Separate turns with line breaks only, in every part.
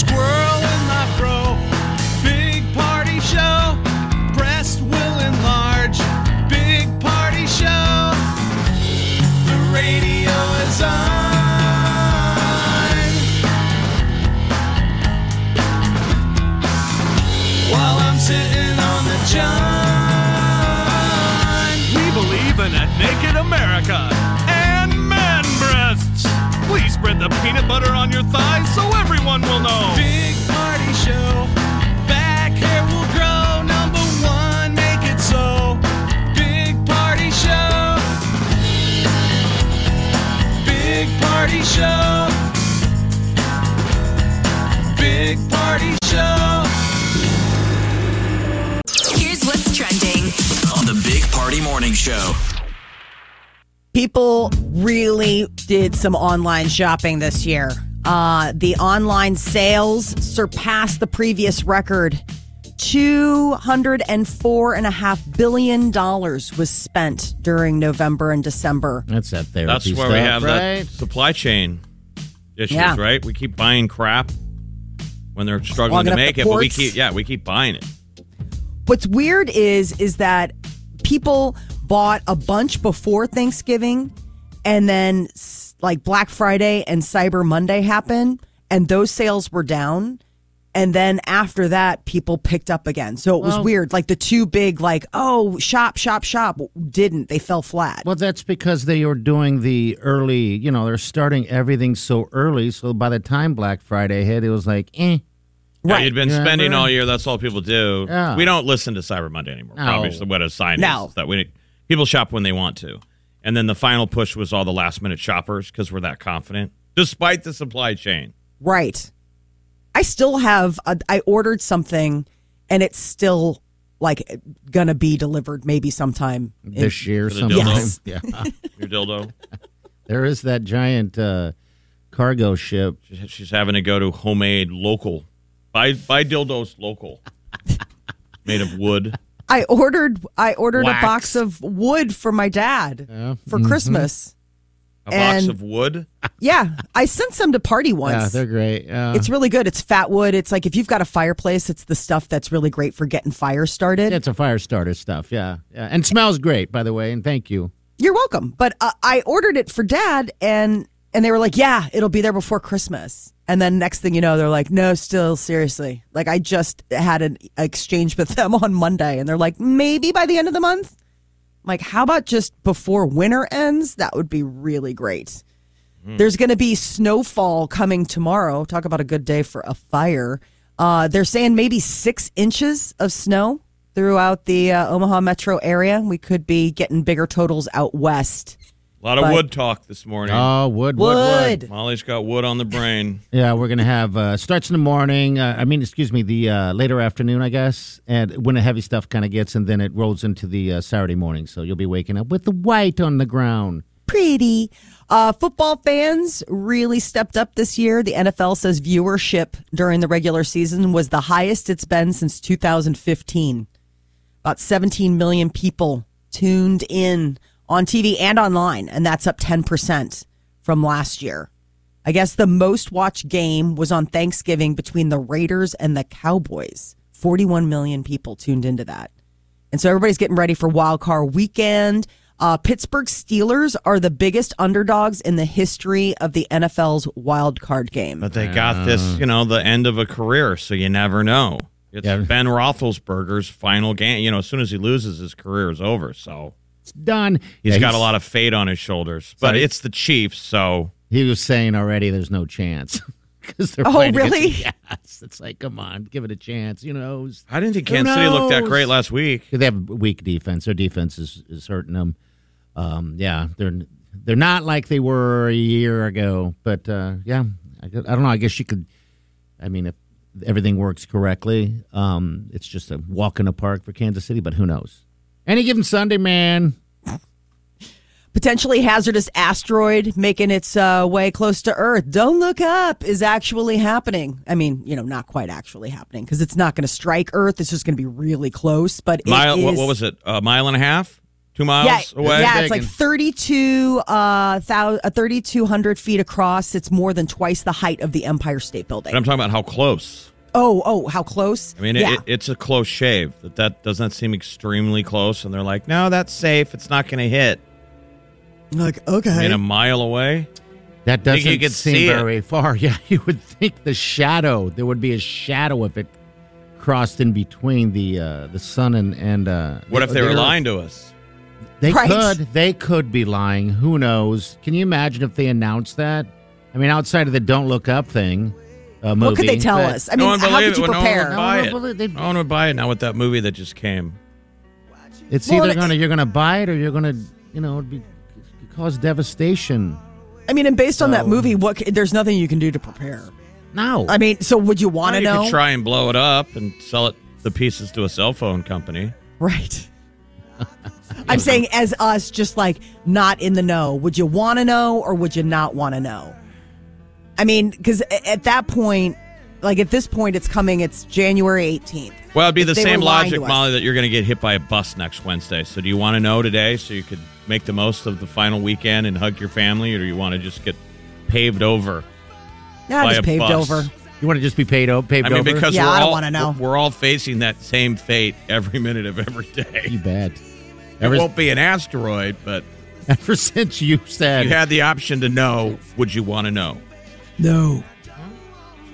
Squirrel in my fro, big party show. Breast will enlarge, big party show. The radio is on. While I'm sitting on the john.
We believe in a naked America and man breasts. Please spread the peanut butter on your thighs so everyone will know.
Big party show. Back hair will grow. Number one, make it so. Big party show. Big party show. Big party show.
Here's what's trending.
on the Big Party Morning Show.
People really did some online shopping this year. Uh, the online sales surpassed the previous record. $204.5 billion was spent during November and December.
That's that therapy
That's where
stuff,
we have
right?
that supply chain issues,
Yeah.
right? We keep buying crap when they're struggling
Clogging
to
up
make
the
it, but we
ports.
keep yeah, we keep buying it.
What's weird is is that people bought a bunch before Thanksgiving and then s- like Black Friday and Cyber Monday happened and those sales were down and then after that people picked up again. So it was weird like the two big like oh shop shop shop didn't they fell flat.
Well, that's because they are doing the early, you know, they're starting everything so early. So by the time Black Friday hit, it was like, eh.
Yeah, you'd been
Yeah,
spending
right.
all year. That's all people do.
Yeah.
We don't listen to Cyber Monday anymore.
No.
Obviously, what a sign
No.
is, is that we people shop when they want to, and then the final push was all the last minute shoppers because we're that confident, despite the supply chain.
Right. I still have. A, I ordered something, and it's still like gonna be delivered maybe sometime in-
This year,
the
sometime.
dildo.
Yeah.
Your dildo.
there is that giant uh, cargo ship.
She's- She's having to go to homemade local. Buy buy dildos local, made of wood.
I ordered. I ordered
Wax.
a box of wood for my dad
Yeah.
for Christmas.
A box
And-
of wood.
Yeah, I sent some to party
Yeah,
once.
they're great. Yeah.
it's really good. It's fat wood. It's like if you've got a fireplace, it's the stuff that's really great for getting fire started.
Yeah, it's a fire starter stuff. Yeah. yeah. And smells great, by the way. And thank you.
You're welcome. But uh, I ordered it for dad, and and they were like, "Yeah, it'll be there before Christmas." And then next thing you know, they're like, "No, still seriously." Like I just had an exchange with them on Monday, and they're like, "Maybe by the end of the month." I'm like, how about just before winter ends? That would be really great. There's going to be snowfall coming tomorrow. Talk about a good day for a fire. Uh, they're saying maybe six inches of snow throughout the uh, Omaha metro area. We could be getting bigger totals out west.
A lot of
But-
wood talk this morning.
Oh, wood, wood, wood.
Wood.
Molly's got wood on the brain.
Yeah, we're gonna have uh, starts in the morning. Uh, I mean, excuse me, the uh, later afternoon, I guess, and when the heavy stuff kind of gets, and then it rolls into the uh, Saturday morning. So you'll be waking up with the white on the ground.
Pretty. Uh, football fans really stepped up this year. The NFL says viewership during the regular season was the highest it's been since 2015. About 17 million people tuned in on TV and online, and that's up 10% from last year. I guess the most watched game was on Thanksgiving between the Raiders and the Cowboys. 41 million people tuned into that. And so everybody's getting ready for wild card weekend. Uh, Pittsburgh Steelers are the biggest underdogs in the history of the NFL's wild card game.
But they got this, you know, the end of a career, so you never know. It's
Yeah.
Ben Roethlisberger's final game. You know, as soon as he loses, his career is over. So
It's done.
he's got a lot of fate on his shoulders. But it's the Chiefs, so
He was saying already, there's no chance. because they're
Oh,
playing
really?
against- Yes, it's like come on, give it a chance. You know,
I didn't think
Who
Kansas City looked that
knows?
great last week.
they have weak defense. Their defense is, is hurting them. Um, yeah, they're they're not like they were a year ago. But uh, yeah, I, gu- I don't know. I guess you could. I mean, if everything works correctly, um, it's just a walk in the park for Kansas City. But who knows? Any given Sunday, man.
potentially hazardous asteroid making its uh, way close to Earth. Don't look up is actually happening. I mean, you know, not quite actually happening because it's not going to strike Earth. It's just going to be really close. But it
Mile, what,
is-
what was it? A mile and a half, two miles
Yeah,
away.
yeah, it's like 32, uh, thou- uh, 3,200 feet across. It's more than twice the height of the Empire State Building.
But I'm talking about how close.
oh, oh, how close?
I mean,
yeah.
it, it's a close shave. That that doesn't seem extremely close, and they're like, no, that's safe. It's not going to hit.
like, okay.
I mean, a mile away.
That
Think
doesn't
you could
seem
see it.
very far. Yeah, you would think the shadow. There would be a shadow if it crossed in between the uh, the sun and and. Uh,
What if they
the
were
Earth.
lying to us?
They
Right.
could. They could be lying. Who knows? Can you imagine if they announced that? I mean, outside of the "Don't Look Up" thing, uh, movie.
what could they tell
but-
us? I mean,
no one
how
believe
could you
it.
prepare?
No
No one
one would buy
would
it. Oh.
believe- they-
No one would buy it. Not with that movie that just came.
It's
Well,
either
and-
going to you're going to buy it or you're going to you know it'd be, cause devastation.
I mean, and based on that movie, what c- there's nothing you can do to prepare.
No,
I mean, so would you want
Or
to
you
know?
could try and blow it up and sell it the pieces to a cell phone company.
Right. I'm saying, as us, just like not in the know. Would you want to know or would you not want to know? I mean, because at that point, like at this point, it's coming, it's January 18th.
Well, it'd be the
they
same
were lying
logic,
to us.
Molly, that you're going to get hit by a bus next Wednesday. So, do you want to know today so you could make the most of the final weekend and hug your family, or do you want to just get paved over?
Yeah,
By
just
a
paved
bus.
over.
you want to just be paid out, paved
I mean,
over.
because
Yeah,
we're
I don't
all
wanna know.
we're all facing that same fate every minute of every day.
you bet.
It
Ever,
won't be an asteroid, but
ever since you said
you had the option to know. Would you want to know?
No.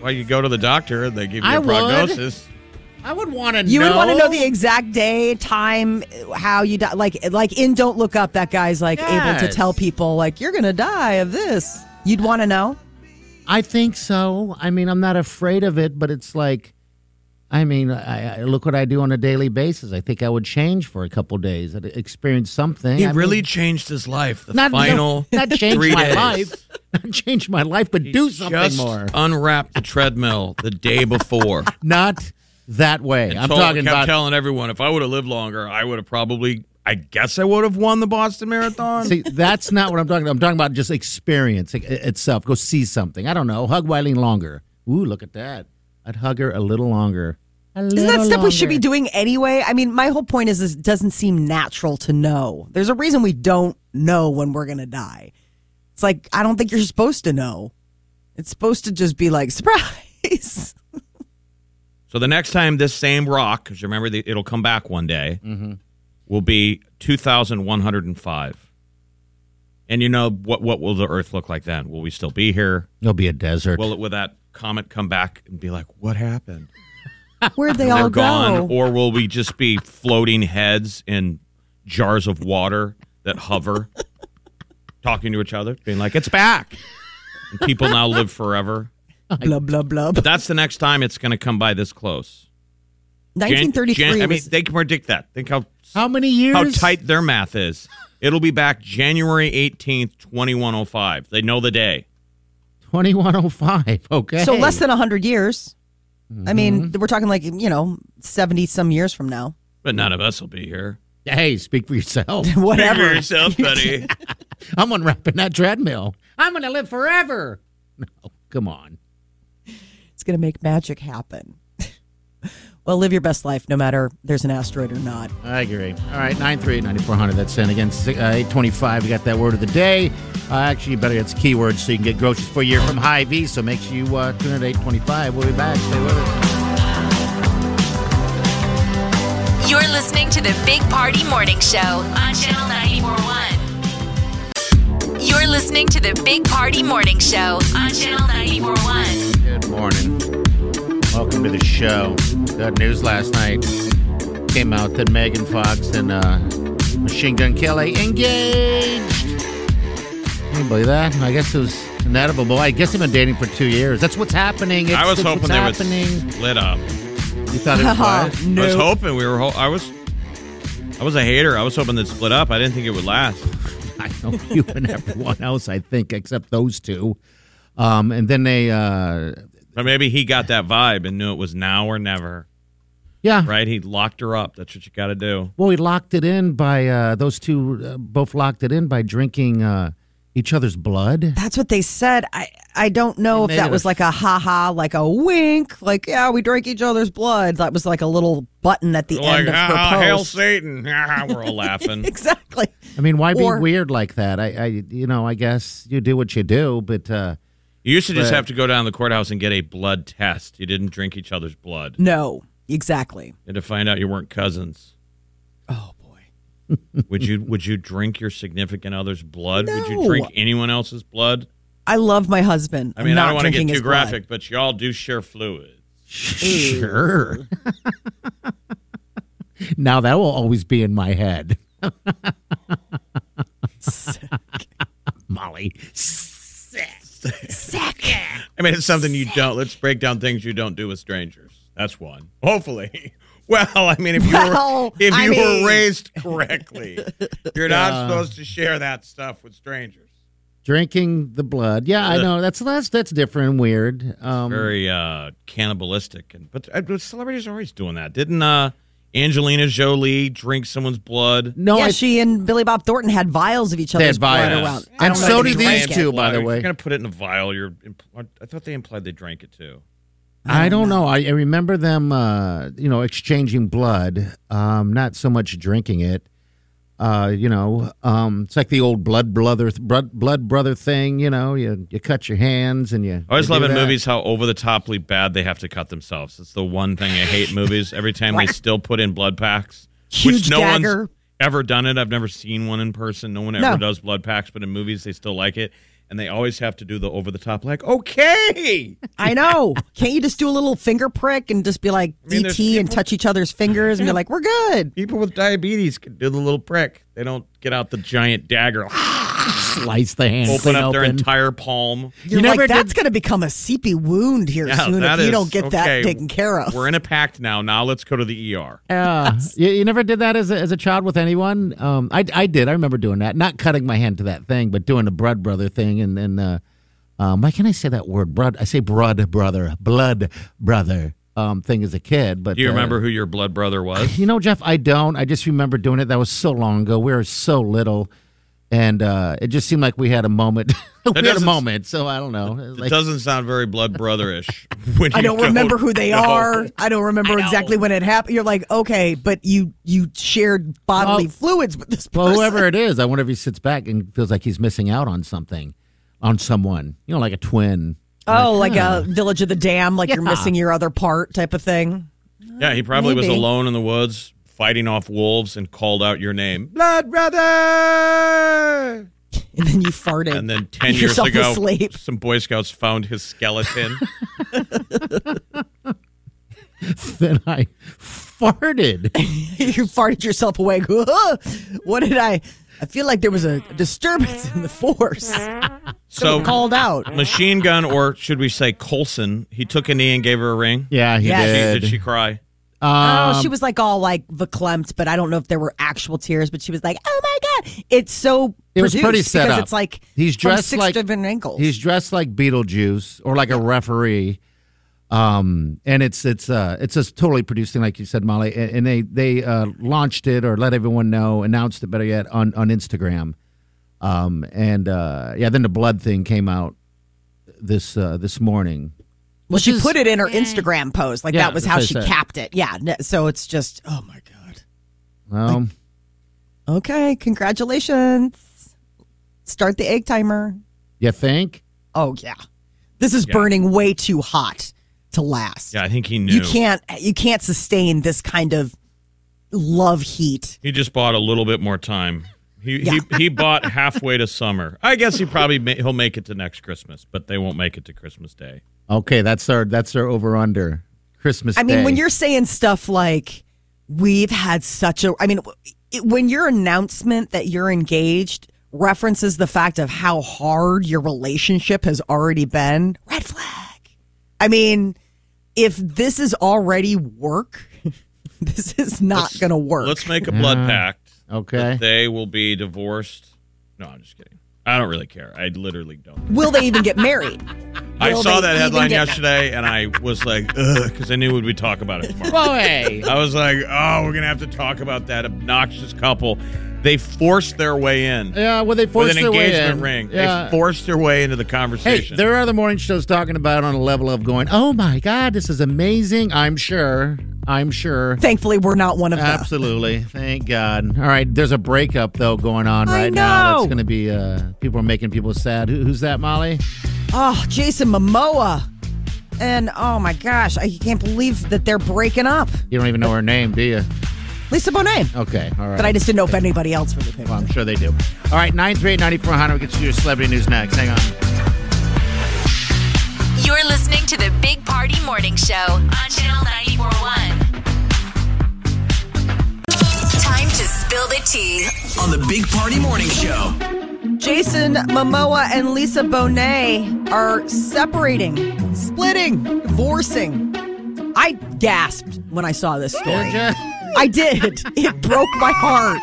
Well, you go to the doctor and they give you
I
a
would.
prognosis.
I would want to.
You
know.
would want to know the exact day, time, how you die. Like, like in Don't Look Up, that guy's like able
Yes.
to tell people, like, you're going to die of this. You'd want to know?
I think so. I mean, I'm not afraid of it, but it's like, I mean, I, I look what I do on a daily basis. I think I would change for a couple days. I'd experience something.
He
I mean,
really changed his life. The
not
final
not, not change
three
my
days.
life, not change my life, but do something
Just
more.
unwrapped the treadmill the day before.
Not that way. I'm
told-
talking
kept
about.
telling everyone if I would have lived longer, I would have probably. I guess I would have won the Boston Marathon.
See, that's not what I'm talking about. I'm talking about just experience i- itself. Go see something. I don't know. Hug Wileen longer. Ooh, look at that. I'd hug her a little longer. A
Isn't that
little
stuff we should be
longer.
doing anyway? I mean, my whole point is, is it doesn't seem natural to know. There's a reason we don't know when we're going to die. It's like, I don't think you're supposed to know. It's supposed to just be like, surprise.
so the next time this same rock, because remember the, it'll come back one day,
Mm-hmm.
will be two thousand one hundred and five. And you know what? What will the Earth look like then? Will we still be here?
It'll be a desert.
Will it, will that comet come back and be like, "What happened?
Where'd they
They're
all
gone,"
go?
or will we just be floating heads in jars of water that hover, talking to each other, being like, "It's back," and people now live forever.
Blub, blub, blub.
But that's the next time it's going to come by this close. Jan-
1933.
Jan- I mean,
was-
they can predict that. Think how
How many years?
how tight their math is. It'll be back January eighteenth, twenty one oh five. They know the day.
2105. Okay.
so less than 100 years. I mean, we're talking like, you know, 70 some years from now.
But none of us will be here.
Hey, speak for yourself.
Figure
Whatever.
yourself, buddy.
I'm unwrapping that treadmill. I'm going to live forever. No, come on.
It's going to make magic happen. well, live your best life no matter there's an asteroid or not.
I agree. All right, 938 9400. That's in again. si- Uh, 825. We got that word of the day. Uh, actually, better it's keywords so you can get groceries for a year from High V. So make sure you uh, tune in at 825. We'll be back. Stay with us.
You're listening to the Big Party Morning Show on Channel 941. You're listening to the Big Party Morning Show on Channel 941.
Good morning. Welcome to the show. Good news last night came out that Megan Fox and uh, Machine Gun Kelly engaged. Can you believe that? I guess it was Inedible. I guess I've been dating for two years. That's what's happening. It's,
I was
it's
hoping
what's
they
happening.
would split up.
You thought it was quiet?
I was hoping we were. Ho- I was. I was a hater. I was hoping they'd split up. I didn't think it would last.
I know you and everyone else, I think, except those two. Um, and then they, uh,
But maybe he got that vibe and knew it was now or never.
yeah.
Right? He locked her up. That's what you got to do.
Well, we locked it in by uh, those two, uh, both locked it in by drinking uh, each other's blood.
That's what they said. I I don't know
They
if
made
that
it
was
a-
like a ha ha, like a wink, like yeah, we drank each other's blood. That was like a little button at the
Like,
end of her
"Ah,
post.
hail Satan. Ah, we're all laughing.
Exactly.
I mean, why
Or-
be weird like that? I, I, you know, I guess you do what you do, but uh,
You used to just
But-
have to go down to the courthouse and get a blood test. You didn't drink each other's blood. You
No, exactly.
had to find out you weren't cousins.
Oh boy.
Would you would you drink your significant other's blood? Would you
No.
drink anyone else's blood?
I love my husband.
I mean, I
not
don't want to
drinking
get
his
too
blood.
graphic, but y'all do share fluids.
sure. now that will always be in my head, Molly.
I mean, it's something you don't. Let's break down things you don't do with strangers. That's one. Hopefully. Well, I mean, if you
Well,
were if
I
you
mean-
were raised correctly, you're not supposed to share that stuff with strangers.
Drinking the blood, yeah, I
Ugh.
know that's that's that's different and weird. Um,
Very uh, cannibalistic, and but, uh, but celebrities are always doing that. Didn't uh, Angelina Jolie drink someone's blood?
no,
yeah,
I
she and Billy Bob Thornton had vials of each
They
other's
had
blood
vials.
around.
And
don't know
so
if
do
they
these
drank it.
two. by the
If
way.
you're gonna put it in a vial. You're. Impl- I thought they implied they drank it too.
I don't know. I, I remember them, uh, you know, exchanging blood. Um, not so much drinking it. Uh, you know, um, it's like the old blood brother, blood, blood brother thing. You know, you you cut your hands and you.
I always
you
love
do
in
that.
movies how over the toply bad they have to cut themselves. It's the one thing I hate in movies. Every time they still put in blood packs,
Huge
which no one's
dagger.
ever done it. I've never seen one in person. No one ever
No.
does blood packs, but in movies they still like it, and they always have to do the over the top. Like, okay,
I know. Can't you just do a little finger prick and just be like
I mean,
ET and
there's people-
touch each other's fingers and be like, we're good.
people with diabetes can do the little prick. They don't get out the giant dagger,
slice the hand,
open
clean
up their
open.
entire palm.
You're
You
like,
never did-
that's going to become a seepy wound here
Yeah,
soon if
that
you
is-
don't get
okay,
that taken care of.
We're in a pact now. Now let's go to the ER.
Yeah, you, you never did that as a, as a child with anyone. Um, I, I did. I remember doing that. Not cutting my hand to that thing, but doing the blood brother thing. And then, uh, um, why can't I say that word? Blood. I say blood brother, blood brother um, thing as a kid. But
Do you
uh,
remember who your blood brother was?
You know, Jeff, I don't. I just remember doing it. That was so long ago. We were so little, and uh, it just seemed like we had a moment. we had a
doesn't-
moment. So I don't know. It was
It
like-
doesn't sound very blood brotherish. when
I
you
don't remember who they
know.
are. I don't remember exactly when it happened. You're like, okay, but you you shared bodily
Well-
fluids with this person.
well, whoever it is, I wonder if he sits back and feels like he's missing out on something, on someone. You know, like a twin.
oh, like a Village of the Dam, like you're
Yeah.
missing your other part type of thing.
Yeah, he probably was
Maybe.
alone in the woods fighting off wolves and called out your name, Blood Brother.
And then you farted.
And then 10 years
Yourself
ago,
asleep.
some Boy Scouts found his skeleton.
then I farted.
you farted yourself awake. what did I? I feel like there was a disturbance in the force.
so,
Called out.
Machine Gun, or should we say Colson, he took a knee and gave her a ring.
Yeah, he
Yes.
She-
did.
Did she cry?
oh, she
Um,
was like all like verklempt, but I don't know if there were actual tears. But she was like, "Oh my god!" It's so
It was
produced
pretty set
because
up.
It's like
He's
from
dressed
six
like-
different angles.
He's dressed like Beetlejuice or like a referee. Um, and it's it's uh it's just totally producing, like you said, Molly. And, and they they uh, launched it or let everyone know, announced it better yet on on Instagram. Um, and uh, yeah, then the blood thing came out this uh, this morning.
well, she
is-
put it in her Instagram post. Like
Yeah,
that was
that's
how
what I
she
said.
capped it. Yeah. n- So it's just, oh my god.
Well,
Okay, congratulations. Start the egg timer.
you think?
Oh yeah, this is burning way too hot to last.
Yeah, I think he knew.
you can't you can't sustain this kind of love heat.
He just bought a little bit more time. He,
Yeah.
he, he bought halfway to summer. I guess he probably ma- he'll make it to next Christmas, but they won't make it to Christmas Day.
Okay, that's our that's our over under Christmas.
I mean, when
Day.
you're saying stuff like "We've had such a," I mean, it- when your announcement that you're engaged references the fact of how hard your relationship has already been, red flag. I mean, if this is already work, this is not going to work.
Let's make a blood pact.
Oh,
Okay.
that they will be divorced. No, I'm just kidding. I don't really care. I literally don't.
Will they even get married?
I
Will
saw
they
that
even
headline
get-
yesterday and I was like, ugh, because I knew we'd be talking about it tomorrow.
Well, hey.
I was like, oh, we're going to have to talk about that obnoxious couple. They forced their way in
Yeah, well, they forced
with an
their way
engagement
in.
ring. They
Yeah.
forced their way into the
Hey,
conversation.
there are other morning shows talking about on a level of going, oh my God, this is amazing. I'm sure. I'm sure.
Thankfully, we're not one of them.
Absolutely. Thank God. All right. There's a breakup, though, going on
I
right now. That's
know.
going to be, uh, people are making people sad. Who, who's that, Molly?
Oh, Jason Momoa. And oh my gosh, I can't believe that they're breaking up.
You don't even know her name, do you?
Lisa Bonet.
Okay. All right.
But I just didn't know if anybody else really picked
well,
up.
I'm sure they do. All right. 938 9400. We'll get you your celebrity news next. Hang on.
You're listening to the Big Party Morning Show on Channel 941. Time to spill the tea.
On the Big Party Morning Show.
Jason Momoa and Lisa Bonet are separating, splitting, divorcing. I gasped when I saw this story.
Did ya?
I did. It broke my heart.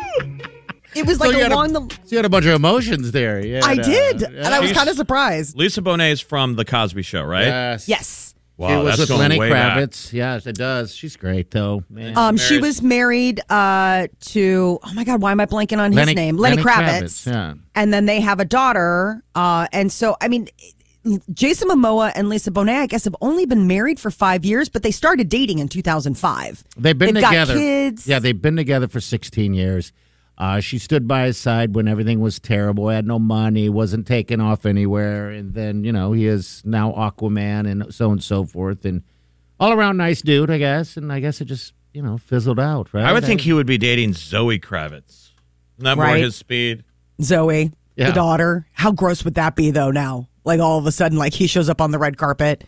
It was like
you had a-
along the.
So you had a bunch of emotions there. uh, Yeah.
I did,
Yeah.
and I was
She's-
kind of surprised.
Lisa Bonet is from The Cosby Show, right?
Yes.
Yes.
Wow,
it was
that's
with
going
Lenny
way back.
Kravitz. Yes, it does. She's great, though. Man.
Um, she
Married-
was married uh, to oh my god, why am I blanking on
Lenny-
his name? Lenny,
Lenny
Kravitz.
Kravitz, yeah.
And then they have a daughter. Uh, and so I mean, Jason Momoa and Lisa Bonet, I guess, have only been married for five years, but they started dating in 2005.
They've been
They've got
together.
kids.
Yeah, they've been together for 16 years. Uh, she stood by his side when everything was terrible. Had no money, wasn't taken off anywhere, and then you know he is now Aquaman and so on and so forth, and all around nice dude, I guess. And I guess it just you know fizzled out, right?
I would think he would be dating Zoe Kravitz. Isn't that more
Right.
his speed?
Zoe,
Yeah.
the daughter. How gross would that be though? Now, like all of a sudden, like he shows up on the red carpet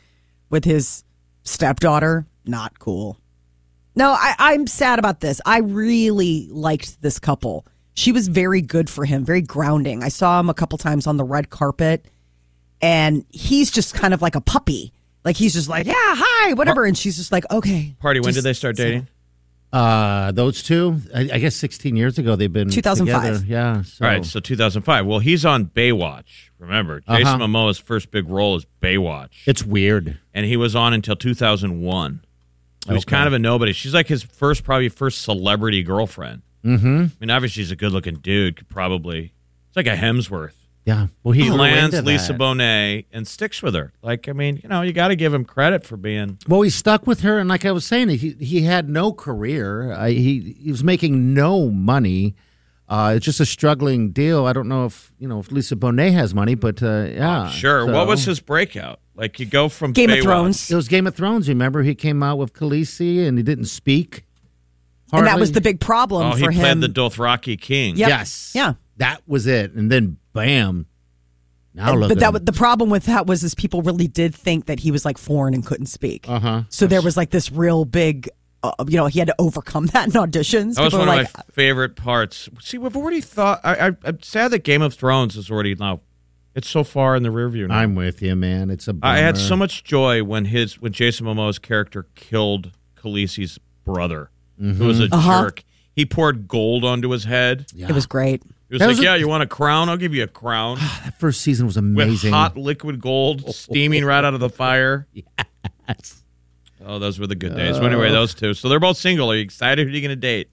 with his stepdaughter. Not cool. No, I, I'm sad about this. I really liked this couple. She was very good for him, very grounding. I saw him a couple times on the red carpet, and he's just kind of like a puppy. Like he's just like, yeah, hi, whatever. And she's just like, okay.
Party, when
Just-
did they start dating?
uh, those two. I, I guess 16 years ago they've been
2005.
together. Yeah. So.
All right, so 2005. Well, he's on Baywatch. Remember, Jason
Oh. Uh-huh.
Momoa's first big role is Baywatch,
It's weird.
and he was on until 2001. He was
Okay.
kind of a nobody. She's like his first, probably first celebrity girlfriend. Mm-hmm. I mean, obviously he's a good-looking dude. Could probably it's like a Hemsworth.
Yeah. Well, he
He
grew
lands
Oh, into
Lisa
that.
Bonet and sticks with her. Like, I mean, you know, you got to give him credit for being.
Well, he stuck with her, and like I was saying, he he had no career. I, he he was making no money. Uh, it's just a struggling deal. I don't know if you know if Lisa Bonet has money, but uh, yeah,
Sure.
So-
What was his breakout? Like, you go from
Game
Baywatch-
of Thrones.
It was Game of Thrones. Remember, he came out with Khaleesi, and he didn't speak.
And that
hardly.
was the big problem
Oh, he
for
played
him.
the Dothraki king.
Yep.
yes,
Yeah.
that was it. And then bam, now
And-
look.
but
at
that
him.
was the problem with that was is people really did think that he was like foreign and couldn't speak. Uh huh. So there was like this real big, uh, you know, he had to overcome that in auditions.
That was
People were
one
like, uh,
of my favorite parts. See, we've already thought. I, I, I'm sad that Game of Thrones is already now. It's so far in the rearview. now.
I'm with you, man. It's a.
I had
bummer.
so much joy when his when Jason Momoa's character killed Khaleesi's brother, who was a
Uh-huh.
jerk. He poured gold onto his head. He
it was great.
was
That
like,
was a-
"Yeah, you want a crown? I'll give you a crown
That first season was
with
amazing.
hot liquid gold steaming right out of the fire." Yes. Oh, those were the good days. Well,
Oh.
anyway, those two. So they're both single. Are you excited? Who are you going to date?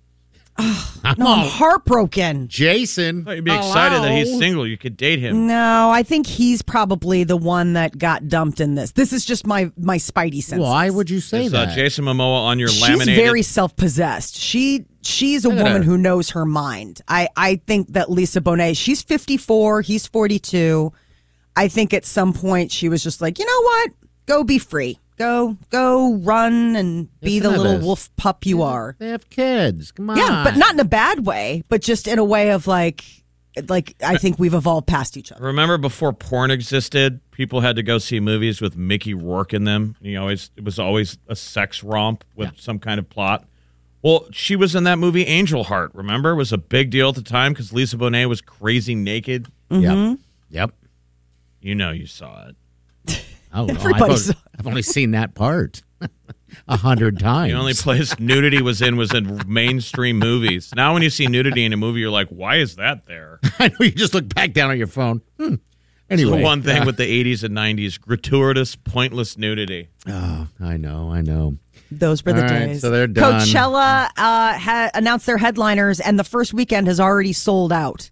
No, I'm heartbroken.
Jason,
I thought you'd be excited that he's
hello.
single. You could date him.
No, I think he's probably the one that got dumped in this. This is just my my spidey sense.
Why would you say
Is, uh,
that?
Jason Momoa on your
She's
laminated.
very self possessed. She she's a
Look at
woman
her.
who knows her mind. I I think that Lisa Bonet. She's fifty four. He's forty two. I think at some point she was just like, you know what? Go be free. Go go run and be
Listen
the
to
little
this.
wolf pup you are.
They have kids. Come on.
Yeah, but not in a bad way, but just in a way of like like I think we've evolved past each other.
Remember before porn existed, people had to go see movies with Mickey Rourke in them. You always it was always a sex romp with some kind of plot. Well, she was in that movie Angel Heart. Remember, it was a big deal at the time because Lisa Bonet was crazy naked.
Mm-hmm.
Yep. Yep.
You know, you saw it.
Oh, well, I've
Everybody
only-
saw-
I've only seen that part a hundred times.
The only place nudity was in was in mainstream movies. Now, when you see nudity in a movie, you're like, why is that there?
I know you just look back down on your phone. Hmm. Anyway,
the one thing
uh,
with the 80s and 90s gratuitous, pointless nudity.
oh, I know, I know.
Those were the
All right,
days.
so they're done.
Coachella uh, ha- announced their headliners, and the first weekend has already sold out.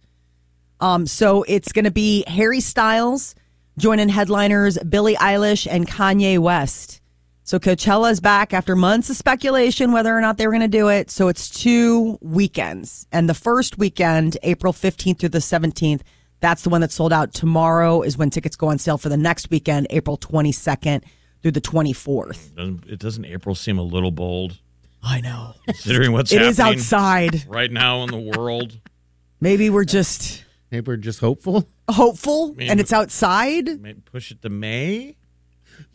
Um, so it's going to be Harry Styles joining headliners Billie Eilish and Kanye West. So Coachella is back after months of speculation whether or not they were going to do it. So it's two weekends, and the first weekend, April fifteenth through the seventeenth. That's the one that sold out. Tomorrow is when tickets go on sale for the next weekend, April 22nd through the 24th.
Doesn't, it doesn't April seem a little bold
I know.
considering what's
It
happening
is outside.
right now in the world?
Maybe we're just
Maybe we're just hopeful
hopeful and it's outside.
Maybe push it to May?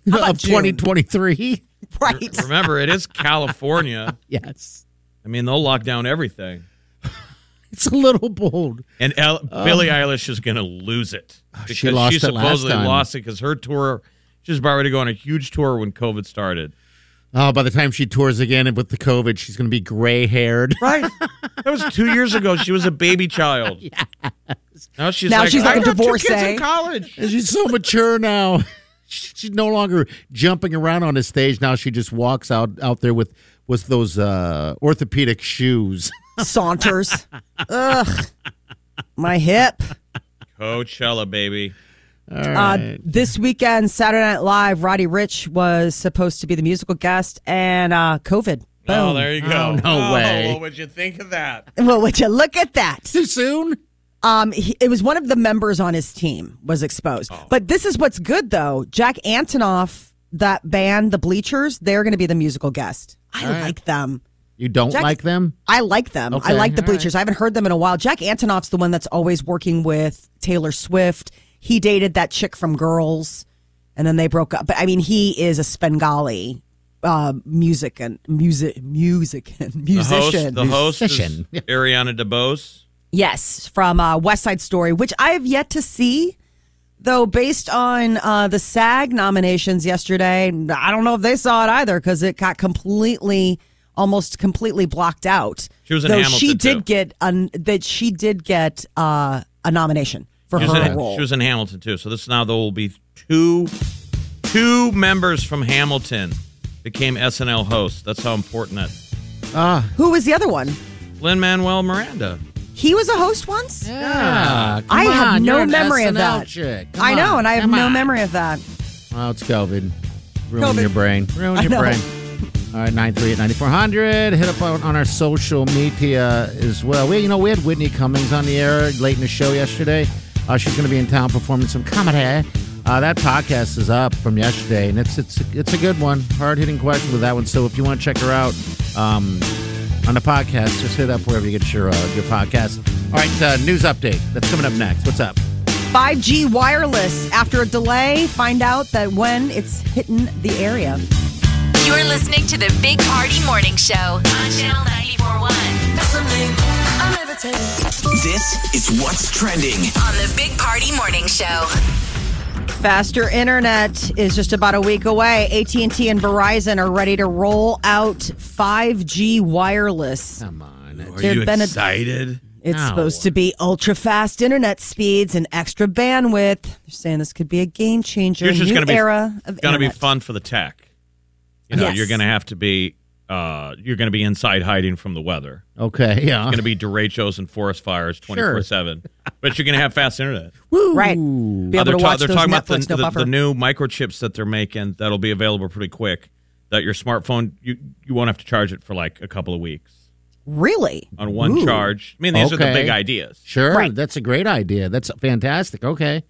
about
of
June?
2023.
Right.
Remember, it is California.
Yes,
I mean, they'll lock down everything.
it's a little bold.
And El- Billie Eilish is going to lose it because
she lost it last
supposedly
time.
lost it because her tour. She was about ready to go on a huge tour when COVID started.
Oh, by the time she tours again and with the COVID, she's going to be gray haired.
Right, that was two years ago. She was a baby child. Now she's
Now
like,
she's like
I
a
got two kids
divorcee."
in college.
And she's so mature now. She- She's no longer jumping around on a stage. Now she just walks out out there with with those uh, orthopedic shoes.
Saunters. Ugh. My hip.
Coachella, baby.
Uh, this weekend, Saturday Night Live, Roddy Rich was supposed to be the musical guest and uh, COVID.
Oh, there you
Oh,
go.
no way.
What would you think of that?
Well, would you look at that?
Too soon.
Um, he, it was one of the members on his team was exposed. But this is what's good though. Jack Antonoff, that band, the Bleachers, they're going to be the musical guest. I like them.
You don't
Jack-
like them?
I like them. I
Okay,
like the
all right.
Bleachers. I haven't heard them in a while. Jack Antonoff's the one that's always working with Taylor Swift. He dated that chick from Girls, and then they broke up. But I mean, he is a Svengali uh, music and music music and
The host,
musician.
the host is
Musician.
Ariana DeBose.
Yes, from uh, West Side Story, which I have yet to see. Though, based on uh, the SAG nominations yesterday, I don't know if they saw it either because it got completely, almost completely blocked out.
She was in
Though
Hamilton,
she did
too.
get an, that she did get uh, a nomination for
She was,
her
in,
role.
she was in Hamilton too. So this now there will be two two members from Hamilton became SNL hosts. That's how important that.
Who was the other one?
Lin Manuel Miranda.
He was a host once.
Yeah.
I
come
have
on,
no
you're an
memory of
SNL
that.
Chick. Come
I know,
on,
and I have
come
no
on.
memory of that.
Oh, it's COVID. Ruin
COVID.
your brain. Ruin
I
your
know.
brain. All right, 938 9400. Hit up on, on our social media as well. We, you know, we had Whitney Cummings on the air late in the show yesterday. Uh, she's going to be in town performing some comedy. Uh, that podcast is up from yesterday, and it's it's it's a good one. Hard hitting question with that one. So if you want to check her out um, on the podcast, just hit up wherever you get your uh, your podcast. All right, uh, news update. That's coming up next. What's up?
5G wireless. After a delay, find out that when it's hitting the area.
You're listening to the Big Party Morning Show on Channel 941
This is what's trending.
on the Big Party Morning Show.
Faster internet is just about a week away. AT&T and Verizon are ready to roll out 5G wireless.
Oh,
Come on.
Are
There'd
you
been a-
excited?
It's
No.
supposed to be ultra fast internet speeds and extra bandwidth. They're saying this could be a game changer,
Yours is
new
gonna be-
era of
Going to be
internet.
fun for the tech. You know,
Yes.
you're going to have to be. Uh, you're going to be inside hiding from the weather.
Okay. Yeah.
It's going to be derechos and forest fires twenty four seven. But you're going to have fast internet.
Right. Be
Uh,
able to
ta-
watch those
talking
Netflix
about the,
no
the,
buffer.
the new microchips that they're making that'll be available pretty quick. That your smartphone you you won't have to charge it for like a couple of weeks
really?
on one charge. I mean, these are the
Okay.
big ideas.
Sure, that's a great idea. That's fantastic. Okay,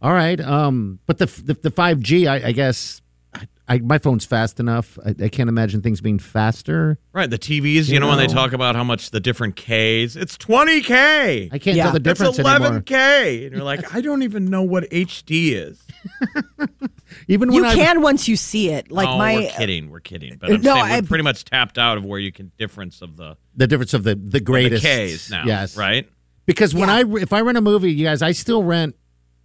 all right. Um, but the the, the 5G, I, I guess, I, I my phone's fast enough. I, I can't imagine things being faster.
Right, the TVs. You, know, when they talk about how much the different Ks, it's twenty K.
I can't
Yeah.
tell the
That's
difference anymore.
eleven K, and you're like, I don't even know what HD is.
Even
You
when I
can once you see it. Like
oh,
my
we're kidding. We're kidding. But I'm
No,
saying we're
I-
pretty much tapped out of where you can difference of the,
the difference of the the
the
greatest
K's now.
Yes,
Right?
Because when I if I rent a movie, you guys, I still rent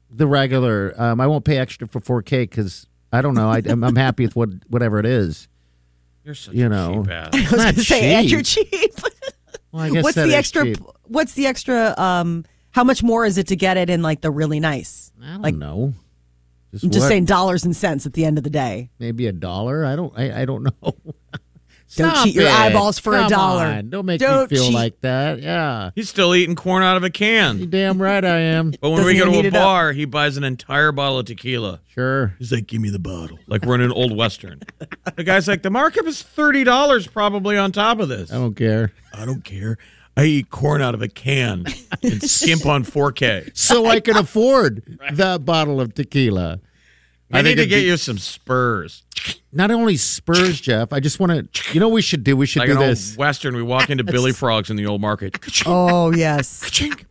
the regular. Um, I won't pay extra for 4K because I don't know. I, I'm, I'm happy with what whatever it is.
You're such
You
a
know.
cheap ass.
I was
not
going to say, and
cheap.
you're cheap.
Well, I guess
what's
that
the
is
extra?
cheap.
What's the extra? Um, how much more is it to get it in like the really nice?
I don't
like-
know. Just,
I'm just
what?
saying dollars and cents at the end of the day.
maybe a dollar. I don't. I, I don't know.
Don't
Stop
cheat your
it.
eyeballs for a
Come
dollar.
on, Don't make
Don't
me feel
cheat.
like that. Yeah,
He's still eating corn out of a
you
can.
damn right I am.
But when
Doesn't
we go
even
to
heat
a
it up.
bar, he buys an entire bottle of tequila.
Sure.
He's like, give me the bottle. Like we're in an old Western. The guy's like, the markup is $30 probably on top of this.
Oh.
I don't care.
I don't care. I eat corn out of a can and skimp on 4K.
So I can afford that bottle of tequila.
I,
think
need to
it'd
get
be-
you some spurs.
Not only Spurs, Jeff. I just want to. You know, what we should do. We should
Like
do
an old
this.
Western, we walk into Billy Frog's in the old market.
Oh yes.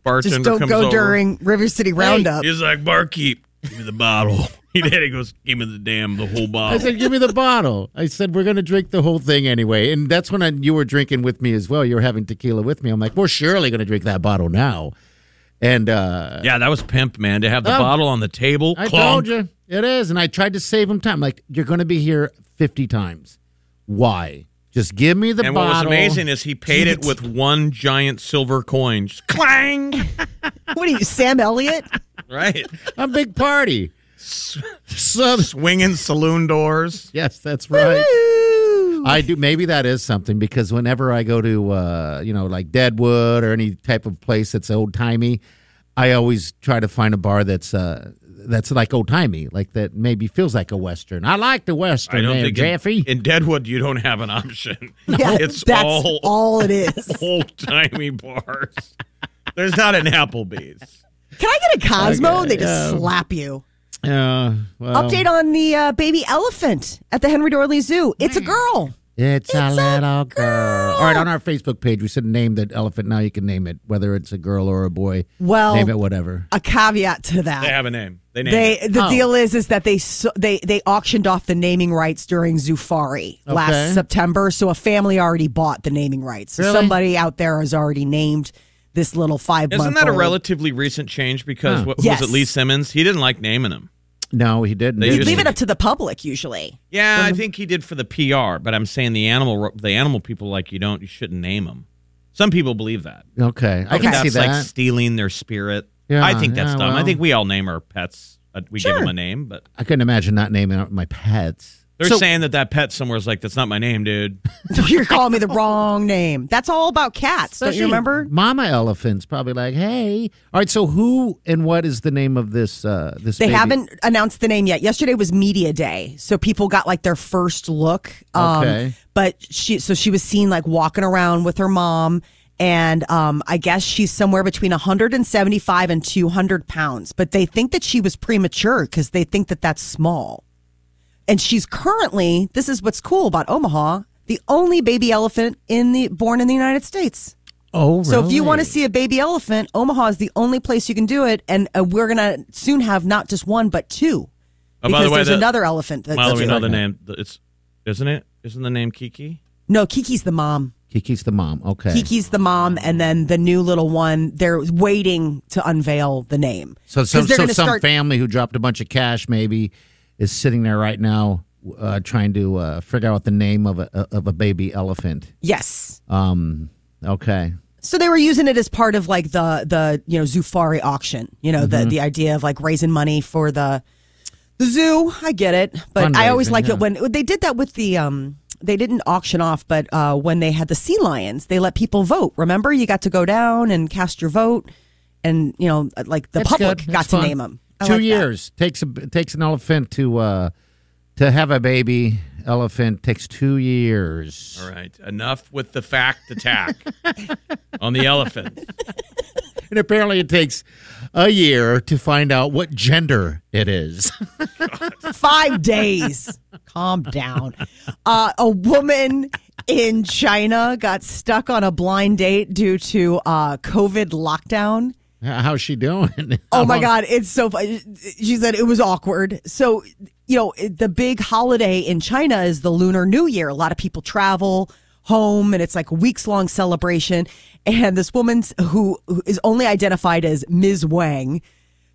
Bartender
Just don't
comes
go
over.
during River City Roundup.
He's like, barkeep, give me the bottle. He did. He goes, give me the damn, the whole
I
bottle.
said, "Give me the bottle." I said, "We're going to drink the whole thing anyway." And that's when I, you were drinking with me as well. You were having tequila with me. I'm like, "We're surely going to drink that bottle now." And uh,
yeah, that was pimp, man. To have the
Oh.
bottle on the table.
I
clonk.
told you it is, and I tried to save him time. Like, you're going to be here 50 times. Why? Just give me the
And what
bottle.
was amazing is he paid it with one giant silver coin. Just clang!
What are you, Sam Elliott?
Right.
a big party. Sub-
Swinging saloon doors.
yes, that's right. I do. Maybe that is something because whenever I go to, uh, you know, like Deadwood or any type of place that's old timey, I always try to find a bar that's uh, that's like old timey, like that maybe feels like a western. I like the western, man,
in-
Jeffy.
In, Deadwood you don't have an option.
Yeah,
it's
that's
all
all it is.
old timey bars. There's not an Applebee's.
Can I get a Cosmo? They just slap you.
uh,
Oh.
well,
Update on the uh, baby elephant at the Henry Dorley Zoo. It's
Mm.
a girl.
It's, a
It's a
little girl.
girl.
All right, on our Facebook page, we said name the elephant. Now you can name it, whether it's a girl or a boy.
Well-
name it whatever.
A caveat to
They
that.
have a name. They name
They
it.
the
Oh.
deal is is that they so, they they auctioned off the naming rights during Zufari
Okay.
last September, so a family already bought the naming rights. So
Really?
somebody out there has already named this little five.
Isn't that a relatively recent change? Because
Huh.
what, who
Yes.
was it? Lee Simmons. He didn't like naming him.
No, he didn't.
They
did
used
he?
Leave it up to the public usually.
Yeah, I think he did for the PR. But I'm saying the animal, the animal people like you don't, you shouldn't name them. Some people believe that.
Okay, I
I think
can see
that's
that.
like stealing their spirit.
Yeah,
I think that's
yeah,
dumb. I
well.
think we all name our pets. Uh, we give them a name, but
I couldn't imagine not naming out my pets.
they're
So-
saying that that pet somewhere is like, that's not my name, dude.
You're calling me the wrong name. That's all about cats. Don't you
Especially
remember?
Mama elephant's probably like, hey. All right, so who and what is the name of this? Uh, this
They
baby?
haven't announced the name yet. Yesterday was media day, so people got like their first look. Um,
Okay.
But she, so she was seen like walking around with her mom, and um, I guess she's somewhere between 175 and 200 pounds. But they think that she was premature because they think that that's small. And she's currently, this is what's cool about Omaha, the only baby elephant in the born in the United States.
Oh, really?
So if you want to see a baby elephant, Omaha is the only place you can do it, and uh, we're gonna soon have not just one but two.
Oh,
Because
by the way,
there's
the-
another elephant. That's
By the way,
due.
another name. th- It's isn't it? Isn't the name Kiki?
No, Kiki's the mom.
Kiki's the mom. Okay,
Kiki's the mom, and then the new little one. They're waiting to unveil the name.
so
'Cause
so,
they're
so
gonna
some
start-
family who dropped a bunch of cash maybe is sitting there right now uh, trying to uh, figure out the name of a of a baby elephant.
Yes.
Um, okay,
So they were using it as part of like the the you know Zufari auction. You know
Mm-hmm.
the the idea of like raising money for the the zoo. I get it, but I always
Fundraising,
like
yeah.
it when they did that with the um. They didn't auction off, but uh, when they had the sea lions, they let people vote. Remember, you got to go down and cast your vote, and you know, like the
That's
public
good.
got
That's
to
fun.
name them.
Two years takes a takes an elephant to uh, to have a baby elephant takes two years.
All right, enough with the fact attack on the elephant.
And apparently, it takes a year to find out what gender it is.
five days. Calm down. Uh, a woman in China got stuck on a blind date due to uh, COVID lockdown.
How- How's she doing?
Oh my God, it's so funny. She said it was awkward. So, you know, it- the big holiday in China is the Lunar New Year. A lot of people travel home and it's like a weeks long celebration. And this woman who, who is only identified as Ms. Wang,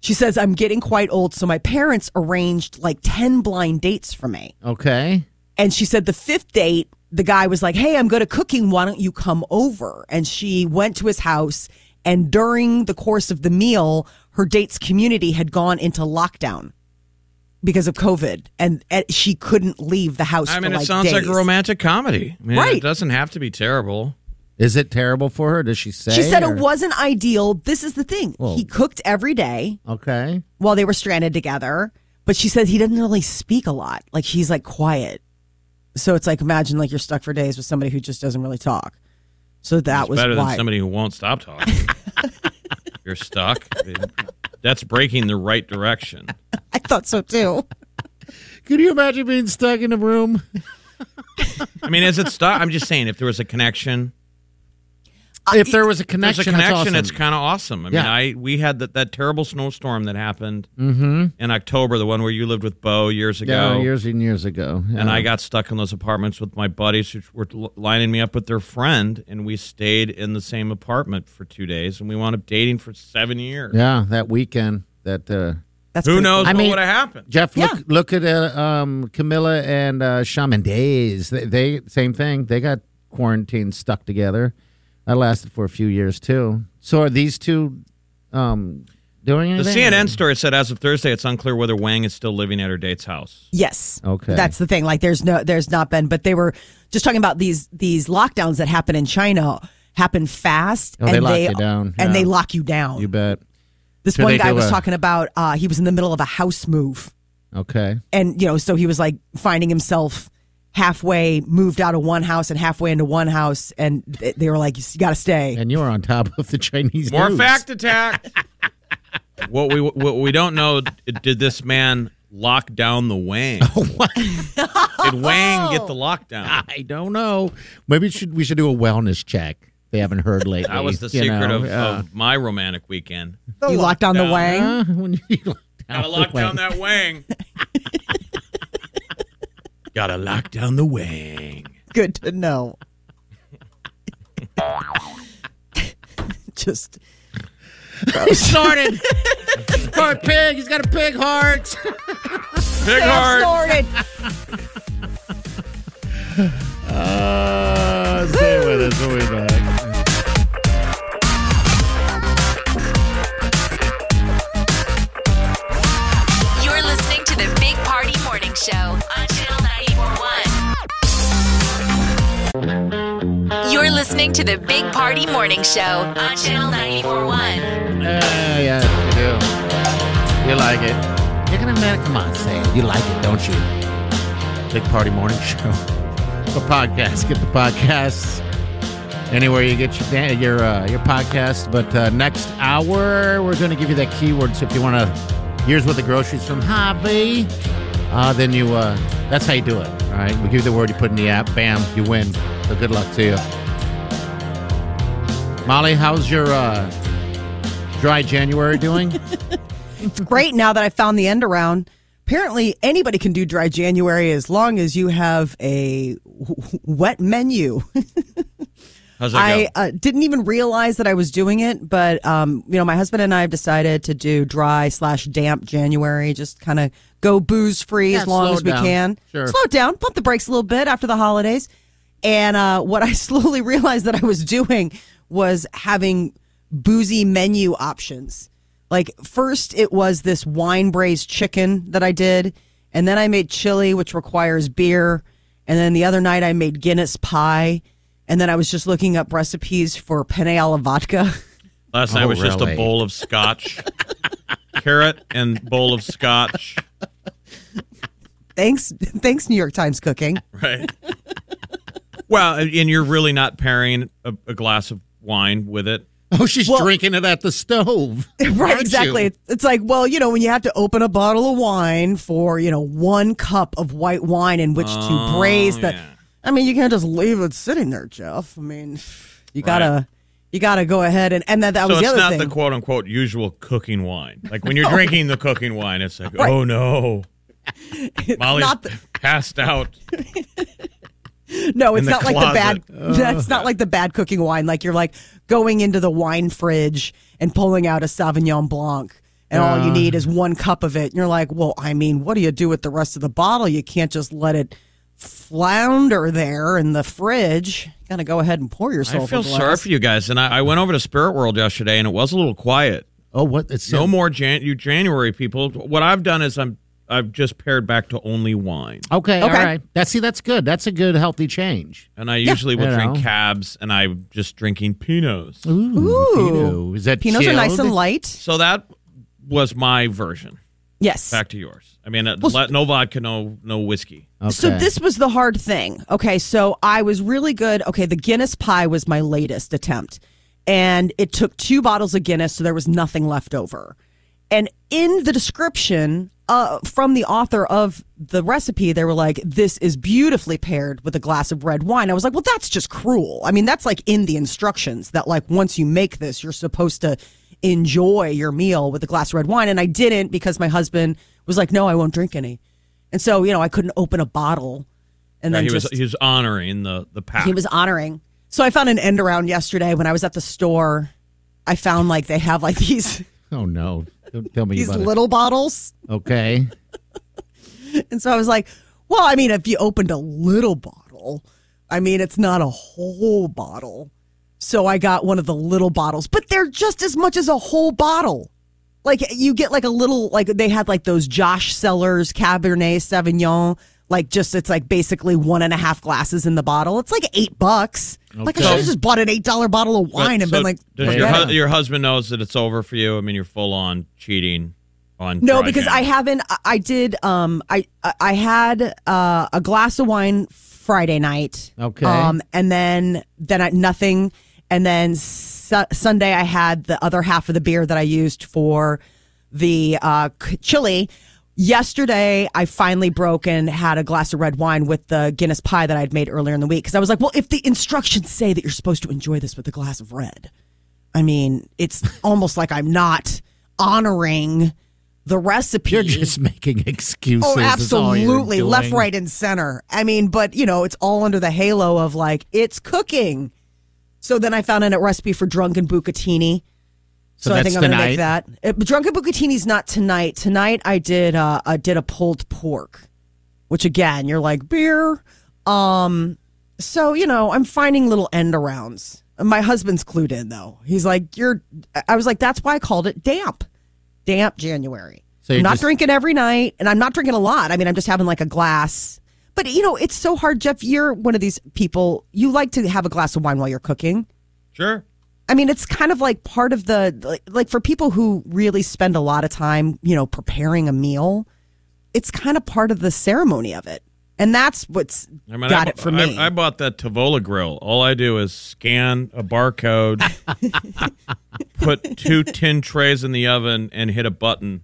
she says, I'm getting quite old. So my parents arranged like 10 blind dates for me.
Okay.
And she said the fifth date, the guy was like, Hey, I'm good at cooking. Why don't you come over? And she went to his house. And during the course of the meal, her date's community had gone into lockdown because of COVID. And and she couldn't leave the house.
I mean,
for
it
like
sounds like
days.
a romantic comedy. I mean,
Right.
It doesn't have to be terrible.
Is it terrible for her? Does she say?
She said
or-
it wasn't ideal. This is the thing.
Well-
He cooked every day
Okay.
while they were stranded together. But she said he doesn't really speak a lot. Like he's like quiet. So it's like imagine like you're stuck for days with somebody who just doesn't really talk. So that
It's
was
better
why.
than somebody who won't stop talking. You're stuck. That's breaking the right direction.
I thought so too.
Could you imagine being stuck in a room?
I mean, is it stuck? I'm just saying, if there was a connection,
if there was a
if there's a
connection,
Uh, connection.
that's
It's
awesome.
kind of awesome. I mean,
Yeah.
I we had that that terrible snowstorm that happened in October, the one where you lived with Bo years ago.
Mm-hmm. yeah, years and years ago.
and
Yeah.
I got stuck in those apartments with my buddies who were l- lining me up with their friend, and we stayed in the same apartment for two days, and we wound up dating for seven years.
yeah that weekend that uh,
That's
Who
pretty
knows
I
what
mean-
would have happened?
Jeff
Yeah.
look look at uh, um, Camilla and uh, Shaman Days. They, they same thing. They got quarantined stuck together. That lasted for a few years too. So are these two um, doing
The
anything?
CNN story said as of Thursday, it's unclear whether Wang is still living at her date's house.
Yes.
Okay.
That's the thing. Like there's no there's not been but they were just talking about these these lockdowns that happen in China happen fast
Oh, they lock you down.
and
Yeah.
they lock you down.
You bet.
this
So
one
they
guy
do
was
a-
talking about uh he was in the middle of a house move
Okay.
and you know so he was like finding himself halfway moved out of one house and halfway into one house and th- they were like you got to stay.
And you're on top of the Chinese.
More
news.
fact attack. what we what we don't know did this man lock down the Wang? did Wang get the lockdown?
I don't know. Maybe it should we should do a wellness check. They haven't heard lately.
That was the
you
secret
know, uh,
of,
yeah.
of my romantic weekend.
you locked on the
lockdown.
wang.
Uh, when you lock down
Gotta lock
the
down
way.
that wang. Gotta lock down the wang.
Good to know. just
started. Heart pig. He's got a pig heart.
Big heart.
started.
Uh, stay with us. We'll be back.
You're listening to the Big Party Morning Show on Channel 941. You're listening to the Big Party Morning Show on Channel 941.
Uh, yeah, you do. You like it. You're gonna man, come on, Sam. You like it, don't you? Big party morning show. The podcast. Get the podcast anywhere you get your da- your uh, your podcast. But uh, next hour, we're gonna give you that keyword. So if you want to, here's what the groceries from Hobby. Uh, then you, uh, that's how you do it. All right, we give you the word you put in the app. Bam, you win. So good luck to you. Molly, how's your uh, dry January doing?
Great now that I found the end around. Apparently, anybody can do dry January as long as you have a w- w- wet menu.
How's it
I
go?
uh, didn't even realize that I was doing it, but um, you know, my husband and I have decided to do dry slash damp January. Just kind of go booze free
Yeah,
as long
slow
as we
down.
can.
Sure.
Slow it down, pump the brakes a little bit after the holidays. And uh, what I slowly realized that I was doing was having boozy menu options. Like first, it was this wine braised chicken that I did, and then I made chili, which requires beer, and then the other night I made Guinness pie, and then I was just looking up recipes for penne alla vodka.
Last night
Oh,
was just a
really?
bowl of scotch. Carrot and bowl of scotch.
thanks, thanks, New York Times cooking.
Right. Well, and and you're really not pairing a, a glass of wine with it.
Oh, she's drinking it at the stove.
Right,
aren't
exactly.
you?
It's- It's like, well, you know, when you have to open a bottle of wine for, you know, one cup of white wine in which to braise the.
Oh, yeah.
I mean, you can't just leave it sitting there, Jeff. I mean, you gotta, you got to go ahead and and that that
so
was the
it's
other
not
thing.
the quote unquote usual cooking wine. Like when you're drinking the cooking wine, it's like, oh no, Molly's
not the-
passed out.
no, it's
the
not like the bad.
closet. Oh.
That's not like the bad cooking wine. Like you're like going into the wine fridge and pulling out a Sauvignon Blanc, and all you need is one cup of it. And you're like, well, I mean, what do you do with the rest of the bottle? You can't just let it flounder there in the fridge. You gotta go ahead and pour yourself.
I feel
a glass.
sorry for you guys, and I, I went over to Spirit World yesterday, and it was a little quiet.
Oh, what? It's
No more Jan- you January people. What I've done is I'm I've just paired back to only wine,
Okay, all
Okay.
right. That's see, that's good. That's a good, healthy change.
and I usually will
You
drink
know.
cabs, and I'm just drinking pinots.
Ooh, Pinot. is that
Pinots are nice
chilled?
and light.
So that was my version.
Yes.
Back to yours. I mean, uh, le- no vodka, no no whiskey.
So
Okay.
this was the hard thing. Okay, so I was really good. Okay, the Guinness pie was my latest attempt. And it took two bottles of Guinness, so there was nothing left over. And in the description uh, from the author of the recipe, they were like, This is beautifully paired with a glass of red wine. I was like, Well, that's just cruel. I mean, that's like in the instructions that, like, once you make this, you're supposed to enjoy your meal with a glass of red wine. And I didn't because my husband was like, No, I won't drink any. And so, you know, I couldn't open a bottle. And
Yeah,
then
he
just,
was he was honoring the the pack.
he was honoring. So I found an end around yesterday when I was at the store. I found like they have like these
Oh no! Don't tell me
these
about
little bottles.
it. Okay.
And so I was like, well, I mean, if you opened a little bottle, I mean, it's not a whole bottle. So I got one of the little bottles, but they're just as much as a whole bottle. Like you get like a little, like they had like those Josh Sellers Cabernet Sauvignon, like just it's like basically one and a half glasses in the bottle. It's like eight bucks. Like I
Okay.
should have just bought an eight dollar bottle of
But-
wine and
so
been like,
does
"Forget
your,
it."
hu- your husband knows that it's over for you? I mean, you're full on cheating on.
No,
dry
because I
January.
haven't. I- I did. Um, I I- I had uh, a glass of wine Friday night.
Okay.
Um, and then then I, nothing, and then su- Sunday I had the other half of the beer that I used for the uh, c- chili. Yesterday, I finally broke and had a glass of red wine with the Guinness pie that I'd made earlier in the week because I was like, well, if the instructions say that you're supposed to enjoy this with a glass of red, I mean, it's almost like I'm not honoring the recipe.
You're just making excuses.
oh,
is all you're
absolutely, left,
doing.
right, and center. I mean, but you know, it's all under the halo of like it's cooking. So then I found out a recipe for drunken bucatini. So, I
that's
think I'm gonna make
tonight?
that. Uh, but drunken bucatini's not tonight. Tonight I did uh, I did a pulled pork, which again you're like beer. Um, so you know I'm finding little end arounds. My husband's clued in though. He's like you're. I was like that's why I called it damp, damp January.
So
I'm
you're
not
just-
drinking every night, and I'm not drinking a lot. I mean I'm just having like a glass. But you know it's so hard, Jeff. You're one of these people. You like to have a glass of wine while you're cooking.
sure.
I mean, it's kind of like part of the like, like for people who really spend a lot of time, you know, preparing a meal. It's kind of part of the ceremony of it, and that's what's
I mean,
got
I,
it for
I-
me.
I, bought that Tavola grill. All I do is scan a barcode, put two tin trays in the oven, and hit a button,